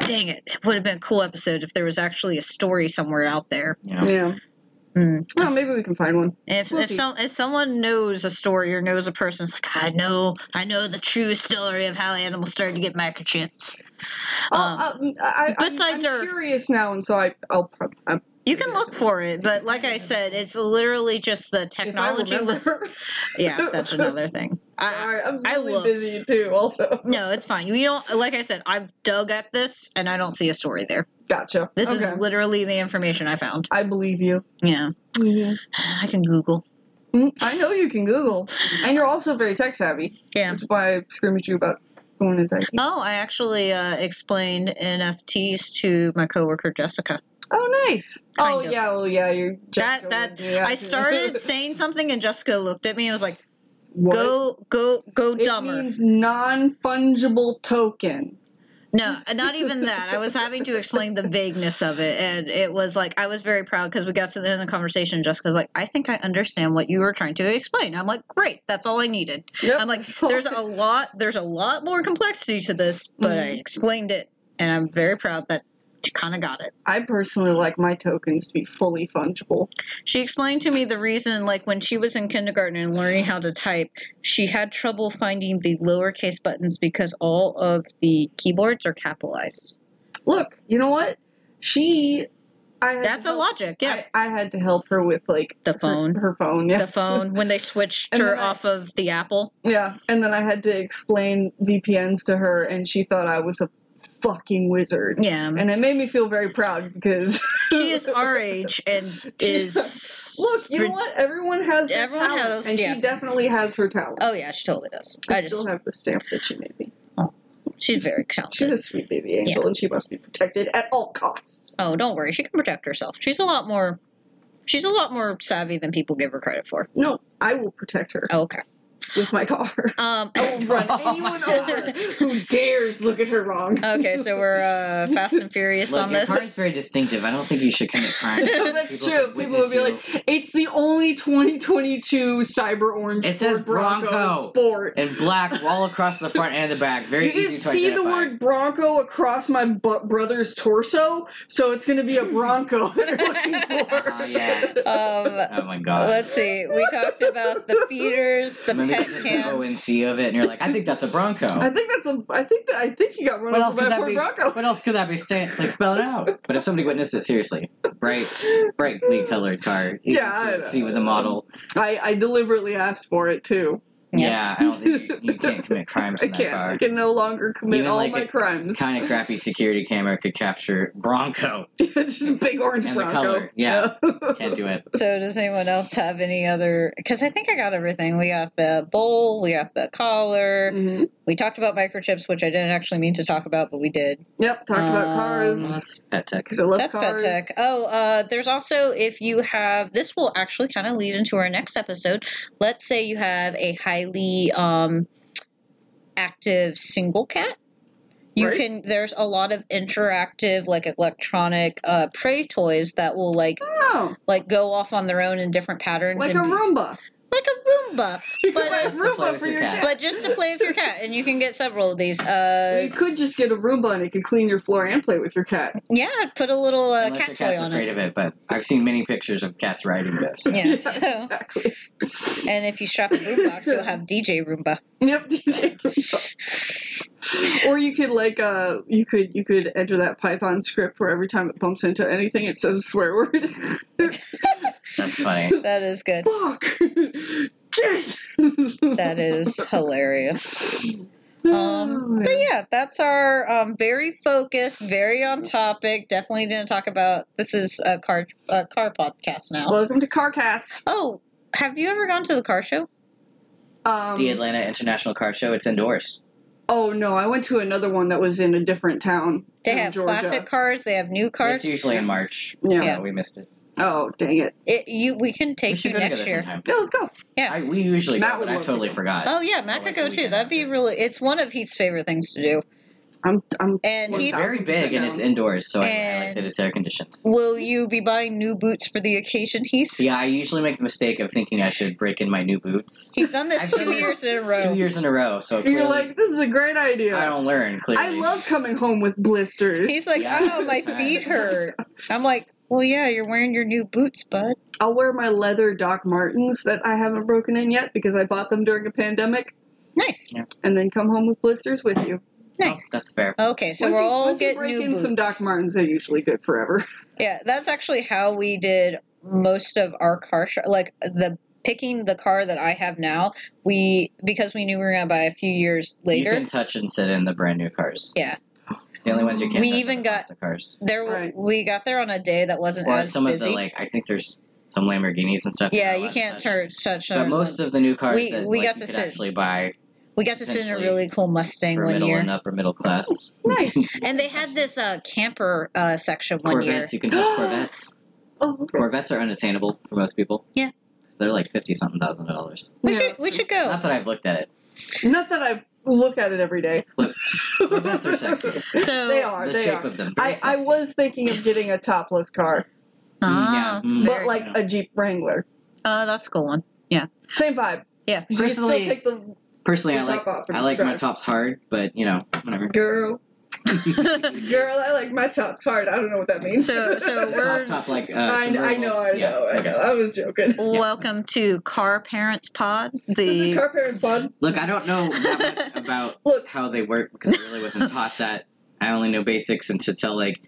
Speaker 2: dang it, it would have been a cool episode if there was actually a story somewhere out there.
Speaker 3: You know,
Speaker 4: Yeah.
Speaker 2: Hmm.
Speaker 4: Well, maybe we can find one.
Speaker 2: If
Speaker 4: we'll
Speaker 2: if,
Speaker 4: see.
Speaker 2: some, if someone knows a story or knows a person, it's like I know I know the true story of how animals started to get microchips.
Speaker 4: Oh,
Speaker 2: Um,
Speaker 4: um, I, I,
Speaker 2: besides
Speaker 4: am
Speaker 2: our-
Speaker 4: curious now, and so I, I'll. prob- I'm,
Speaker 2: You can look for it, but like I said, it's literally just the technology
Speaker 4: if I
Speaker 2: was.
Speaker 4: remember.
Speaker 2: Yeah, that's another thing. I,
Speaker 4: Sorry, I'm
Speaker 2: I
Speaker 4: really
Speaker 2: looked.
Speaker 4: busy too. Also,
Speaker 2: no, it's fine. We don't. Like I said, I've dug at this and I don't see a story there.
Speaker 4: gotcha.
Speaker 2: This
Speaker 4: Okay.
Speaker 2: is literally the information I found.
Speaker 4: I believe you.
Speaker 2: Yeah, I can Google.
Speaker 4: Mm, I know you can Google, and you're also very tech savvy.
Speaker 2: Yeah.
Speaker 4: That's why I scream at you about going into IT.
Speaker 2: Oh, I actually uh, explained NFTs to my coworker Jessica.
Speaker 4: Oh, nice.
Speaker 2: Kind
Speaker 4: oh
Speaker 2: of.
Speaker 4: yeah. Oh yeah. You're
Speaker 2: That- that- I started saying something and Jessica looked at me and was like, "Go, go, go,
Speaker 4: It
Speaker 2: dumber."
Speaker 4: means non fungible token.
Speaker 2: No, not even that. I was having to explain the vagueness of it, and it was like I was very proud because we got to the end of the conversation. Jessica's like, "I think I understand what you were trying to explain." I'm like, "Great, that's all I needed."
Speaker 4: Yep.
Speaker 2: I'm like, "There's a lot, there's a lot more complexity to this, but
Speaker 4: Mm-hmm.
Speaker 2: I explained it, and I'm very proud that you kind of got it."
Speaker 4: I personally like my tokens to be fully fungible.
Speaker 2: She explained to me the reason, like when she was in kindergarten and learning how to type, she had trouble finding the lowercase buttons because all of the keyboards are capitalized.
Speaker 4: Look, you know what? She, I had
Speaker 2: That's
Speaker 4: to
Speaker 2: a
Speaker 4: help-
Speaker 2: logic, yeah.
Speaker 4: I, I had to help her with like
Speaker 2: The
Speaker 4: her-
Speaker 2: phone.
Speaker 4: her, phone. Yeah,
Speaker 2: the phone when they switched
Speaker 4: And
Speaker 2: her
Speaker 4: then I-
Speaker 2: off of the Apple.
Speaker 4: yeah. And then I had to explain VPNs to her, and she thought I was a fucking wizard.
Speaker 2: Yeah.
Speaker 4: And it made me feel very proud because
Speaker 2: She is our age and is.
Speaker 4: Look, you know what? Everyone has their
Speaker 2: Everyone
Speaker 4: talent,
Speaker 2: has-
Speaker 4: and
Speaker 2: yeah.
Speaker 4: she definitely has her talent.
Speaker 2: Oh, yeah, she totally does.
Speaker 4: I,
Speaker 2: I just.
Speaker 4: still have the stamp that she made me.
Speaker 2: She's very
Speaker 4: She's
Speaker 2: talented.
Speaker 4: a sweet baby angel, and she must be protected at all costs.
Speaker 2: Oh, don't worry. She can protect herself. She's a lot more. She's a lot more savvy than people give her credit for.
Speaker 4: No, I will protect her
Speaker 2: Oh, okay.
Speaker 4: with my car.
Speaker 2: Um.
Speaker 4: I will run anyone over who dares look at her wrong.
Speaker 2: Okay, so we're uh, fast and furious
Speaker 3: Look,
Speaker 2: on
Speaker 3: your
Speaker 2: this.
Speaker 3: car is very distinctive. I don't think you should commit crime.
Speaker 4: No, that's
Speaker 3: People
Speaker 4: true.
Speaker 3: could
Speaker 4: People would be
Speaker 3: witness
Speaker 4: like, "It's the only 2022 Cyber Orange
Speaker 3: It says
Speaker 4: Ford Bronco,
Speaker 3: Bronco.
Speaker 4: Sport."
Speaker 3: and black all across the front and the back. Very
Speaker 4: you
Speaker 3: easy
Speaker 4: can
Speaker 3: to
Speaker 4: see the
Speaker 3: identify.
Speaker 4: word Bronco across my bu- brother's torso, so it's going to be a Bronco they're looking for.
Speaker 3: Oh, yeah.
Speaker 2: Um.
Speaker 3: Oh my god.
Speaker 2: Let's see. We talked about the feeders, the
Speaker 3: and then
Speaker 2: pet
Speaker 3: there's just the
Speaker 2: cams.
Speaker 3: ONC of it, and you're like, I think that's a
Speaker 4: I
Speaker 3: Bronco.
Speaker 4: think that's a. I think that I think you got run
Speaker 3: What else could
Speaker 4: over by a
Speaker 3: that
Speaker 4: Ford
Speaker 3: be?
Speaker 4: Bronco.
Speaker 3: What else could that be sta- like spelled out? But if somebody witnessed it seriously, bright, brightly colored car, easy
Speaker 4: Yeah, I
Speaker 3: to
Speaker 4: know.
Speaker 3: see with a model.
Speaker 4: I, I deliberately asked for it too.
Speaker 2: Yeah.
Speaker 3: Yeah, I don't think you, you can't commit crimes
Speaker 4: I
Speaker 3: in that
Speaker 4: can't.
Speaker 3: car.
Speaker 4: I can no longer commit
Speaker 3: Even
Speaker 4: all
Speaker 3: like
Speaker 4: my
Speaker 3: a
Speaker 4: crimes.
Speaker 3: Kind of crappy security camera could capture Bronco.
Speaker 4: It's just a big orange
Speaker 3: And the
Speaker 4: Bronco.
Speaker 3: color, yeah. Can't do it.
Speaker 2: So does anyone else have any other? Because I think I got everything. We got the bowl, we got the collar.
Speaker 4: Mhm.
Speaker 2: We talked about microchips, which I didn't actually mean to talk about, but we did.
Speaker 4: Yep. Talked about
Speaker 2: Um,
Speaker 4: cars
Speaker 3: That's pet tech.
Speaker 4: because I love
Speaker 2: That's
Speaker 4: cars.
Speaker 2: pet tech. Oh, uh, there's also if you have this will actually kind of lead into our next episode. Let's say you have a highly um, active single cat. You
Speaker 4: Right.
Speaker 2: can. There's a lot of interactive, like electronic uh, prey toys that will like
Speaker 4: Oh,
Speaker 2: like go off on their own in different patterns,
Speaker 4: like a
Speaker 2: and be-
Speaker 4: Roomba.
Speaker 2: like a Roomba,
Speaker 4: You
Speaker 2: But
Speaker 4: could buy a
Speaker 2: it's-
Speaker 4: Roomba for your
Speaker 3: But-
Speaker 4: cat.
Speaker 2: but just to play with your cat, and you can get several of these.
Speaker 4: you
Speaker 2: Uh,
Speaker 4: could just get a Roomba and it could clean your floor and play with your cat.
Speaker 2: yeah, put a little uh,
Speaker 3: Unless
Speaker 2: cat
Speaker 3: your
Speaker 2: toy
Speaker 3: cat's
Speaker 2: on
Speaker 3: afraid
Speaker 2: it.
Speaker 3: of it, but I've seen many pictures of cats riding this.
Speaker 2: Yeah. So,
Speaker 4: Exactly.
Speaker 2: and if you strap a boombox, you'll have DJ Roomba.
Speaker 4: Yep. DJ Roomba. or you could like uh you could you could enter that Python script where every time it bumps into anything it says a swear word.
Speaker 3: That's funny.
Speaker 2: That is good.
Speaker 4: Fuck. Shit.
Speaker 2: That is hilarious.
Speaker 4: Oh,
Speaker 2: Um,
Speaker 4: man.
Speaker 2: but yeah, that's our um, very focused, very on topic. Definitely didn't talk about this is a car a car podcast now.
Speaker 4: Welcome to CarCast.
Speaker 2: Oh, have you ever gone to the car show?
Speaker 4: Um,
Speaker 3: The Atlanta International Car Show, it's indoors.
Speaker 4: Oh no, I went to another one that was in a different town.
Speaker 2: They
Speaker 4: in
Speaker 2: have
Speaker 4: Georgia.
Speaker 2: classic cars. They have new cars.
Speaker 3: It's usually in March.
Speaker 4: Yeah.
Speaker 2: Yeah.
Speaker 3: we missed it.
Speaker 4: Oh dang it.
Speaker 2: It, you, we can
Speaker 3: we
Speaker 2: take you
Speaker 3: should go
Speaker 2: next
Speaker 3: together
Speaker 2: year.
Speaker 3: sometime.
Speaker 4: Yeah, let's go.
Speaker 2: Yeah.
Speaker 3: I, we usually
Speaker 4: Matt
Speaker 3: go,
Speaker 4: would
Speaker 3: but I
Speaker 4: love to
Speaker 3: totally
Speaker 4: go.
Speaker 3: forgot.
Speaker 2: Oh yeah, Matt
Speaker 3: So,
Speaker 2: could
Speaker 3: like,
Speaker 2: go
Speaker 3: the
Speaker 2: too.
Speaker 3: weekend
Speaker 2: That'd be
Speaker 3: after.
Speaker 2: really. It's one of Heath's favorite things to do.
Speaker 4: I'm I'm
Speaker 2: And
Speaker 4: Well,
Speaker 3: It's
Speaker 2: Heath,
Speaker 3: very big and it's indoors, so I, I like
Speaker 2: And-
Speaker 3: that it's air conditioned.
Speaker 2: will you be buying new boots for the occasion, Heath?
Speaker 3: Yeah, I usually make the mistake of thinking I should break in my new boots
Speaker 2: He's done this
Speaker 3: I've
Speaker 2: two
Speaker 3: done this
Speaker 2: years in a
Speaker 3: two
Speaker 2: row.
Speaker 3: years in a row. So
Speaker 4: You're
Speaker 3: clearly
Speaker 4: like, this is a great idea.
Speaker 3: I don't learn. Clearly,
Speaker 4: I love coming home with blisters.
Speaker 2: He's like,
Speaker 3: Yeah.
Speaker 2: oh, my feet hurt. I'm like, well, yeah, you're wearing your new boots, bud.
Speaker 4: I'll wear my leather Doc Martens that I haven't broken in yet because I bought them during a pandemic,
Speaker 2: Nice,
Speaker 3: Yeah.
Speaker 4: and then come home with blisters with you.
Speaker 3: Oh,
Speaker 2: nice.
Speaker 3: that's fair.
Speaker 2: Okay, so
Speaker 4: once
Speaker 2: we're
Speaker 4: you,
Speaker 2: all
Speaker 4: once you
Speaker 2: getting
Speaker 4: break
Speaker 2: new
Speaker 4: in
Speaker 2: boots.
Speaker 4: some Doc Martens, they're usually good forever.
Speaker 2: Yeah, that's actually how we did most of our car show. Like the picking the car that I have now, we because we knew we were gonna buy a few years
Speaker 3: You
Speaker 2: later.
Speaker 3: can touch and sit in the brand new cars.
Speaker 2: Yeah.
Speaker 3: The only ones you can't
Speaker 2: We
Speaker 3: touch
Speaker 2: even
Speaker 3: are the
Speaker 2: got-
Speaker 3: classic cars.
Speaker 2: There,
Speaker 4: Right.
Speaker 2: we got there on a day that wasn't
Speaker 3: Or
Speaker 2: as
Speaker 3: some
Speaker 2: busy.
Speaker 3: of the like, I think there's some Lamborghinis and stuff. you're
Speaker 2: yeah,
Speaker 3: not
Speaker 2: you
Speaker 3: allowed to
Speaker 2: can't
Speaker 3: touch.
Speaker 2: turn touch.
Speaker 3: But
Speaker 2: on-
Speaker 3: most of the new cars
Speaker 2: We-
Speaker 3: that
Speaker 2: we
Speaker 3: like,
Speaker 2: got
Speaker 3: you
Speaker 2: to
Speaker 3: could
Speaker 2: sit
Speaker 3: actually buy
Speaker 2: we got to sit in a
Speaker 3: essentially
Speaker 2: really cool Mustang
Speaker 3: for
Speaker 2: one
Speaker 3: middle
Speaker 2: year,
Speaker 3: and upper middle class.
Speaker 4: nice.
Speaker 2: and they had this uh, camper uh, section one year.
Speaker 3: Corvettes, you can touch Corvettes.
Speaker 4: Oh, okay.
Speaker 3: Corvettes are unattainable for most people.
Speaker 2: Yeah.
Speaker 3: They're like fifty something thousand dollars.
Speaker 2: We
Speaker 4: Yeah.
Speaker 2: should we should go.
Speaker 3: Not that I've looked at it.
Speaker 4: Not that I look at it every day.
Speaker 3: Well, Vents are sexy.
Speaker 2: So
Speaker 4: They are.
Speaker 3: the
Speaker 4: they
Speaker 3: shape
Speaker 4: are.
Speaker 3: of them. very
Speaker 4: I, I
Speaker 3: sexy.
Speaker 4: was thinking of getting a topless car,
Speaker 2: Ah,
Speaker 3: Yeah. Mm.
Speaker 2: very-
Speaker 4: but like a Jeep Wrangler.
Speaker 2: uh, that's a cool one.
Speaker 4: Same vibe.
Speaker 2: Yeah.
Speaker 4: You
Speaker 3: Personally-
Speaker 4: can still take the
Speaker 3: personally. I
Speaker 4: the
Speaker 3: like
Speaker 4: top off and
Speaker 3: I like my
Speaker 4: drive.
Speaker 3: tops hard, but you know whatever.
Speaker 4: girl.
Speaker 2: so
Speaker 4: Girl, I like my tops hard. I don't know what that means.
Speaker 2: so we're
Speaker 3: Soft top like. Uh,
Speaker 4: I, I know, I know,
Speaker 3: convertibles. Yeah,
Speaker 4: I
Speaker 3: okay.
Speaker 4: know. I was joking.
Speaker 2: welcome to Car Parents Pod.
Speaker 4: This is
Speaker 2: The
Speaker 4: car parents fun.
Speaker 3: Look, I don't know that much about
Speaker 4: Look.
Speaker 3: how they work because I really wasn't taught that. I only know basics, and to tell like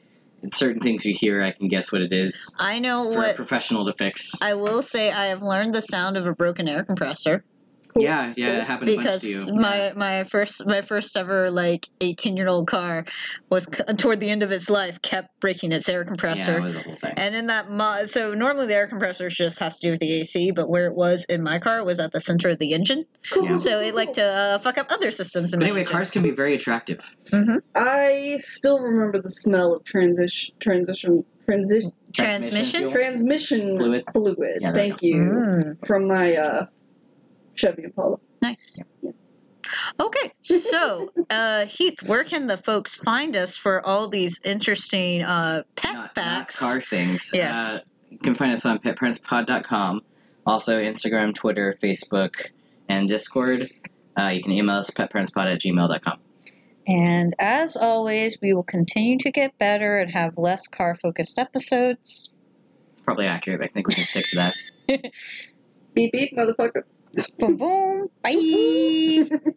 Speaker 3: certain things you hear, I can guess what it is
Speaker 2: I know
Speaker 3: for a
Speaker 2: what
Speaker 3: professional to fix.
Speaker 2: I will say. I have learned the sound of a broken air compressor
Speaker 4: Cool.
Speaker 3: Yeah, yeah, it happened a bunch
Speaker 2: because
Speaker 3: to you.
Speaker 2: my my first my first ever like eighteen year old car was c- toward the end of its life kept breaking its air compressor.
Speaker 3: Yeah, it was a whole thing.
Speaker 2: And in that, mo- so normally the air compressor just has to do with the AC, but where it was in my car was at the center of the engine,
Speaker 4: Cool,
Speaker 3: Yeah.
Speaker 4: cool,
Speaker 2: so
Speaker 4: cool,
Speaker 2: it
Speaker 4: cool,
Speaker 2: liked to
Speaker 4: cool.
Speaker 2: uh, fuck up other systems. In
Speaker 3: Oh. But
Speaker 2: my
Speaker 3: anyway,
Speaker 2: engine.
Speaker 3: cars can be very attractive.
Speaker 4: I still remember the smell of transition, transition, transition,
Speaker 2: transmission.
Speaker 3: Transmission.
Speaker 4: transmission
Speaker 3: Fluid.
Speaker 4: Fluid.
Speaker 3: Yeah, there
Speaker 4: Thank you.
Speaker 2: Mm,
Speaker 4: From my uh, Chevy Impala.
Speaker 2: nice. Okay, so uh, Heath, where can the folks find us for all these interesting uh, pet
Speaker 3: Not, not
Speaker 2: facts?
Speaker 3: car things.
Speaker 2: Yes.
Speaker 3: Uh, you can find us on petparentspod.com, also Instagram, Twitter, Facebook, and Discord. Uh, you can email us petparentspod at gmail.com.
Speaker 2: And as always, we will continue to get better and have less car focused episodes.
Speaker 3: It's probably accurate. but I think we can stick to that.
Speaker 4: Beep beep, motherfucker.
Speaker 2: boom, boom. Bye.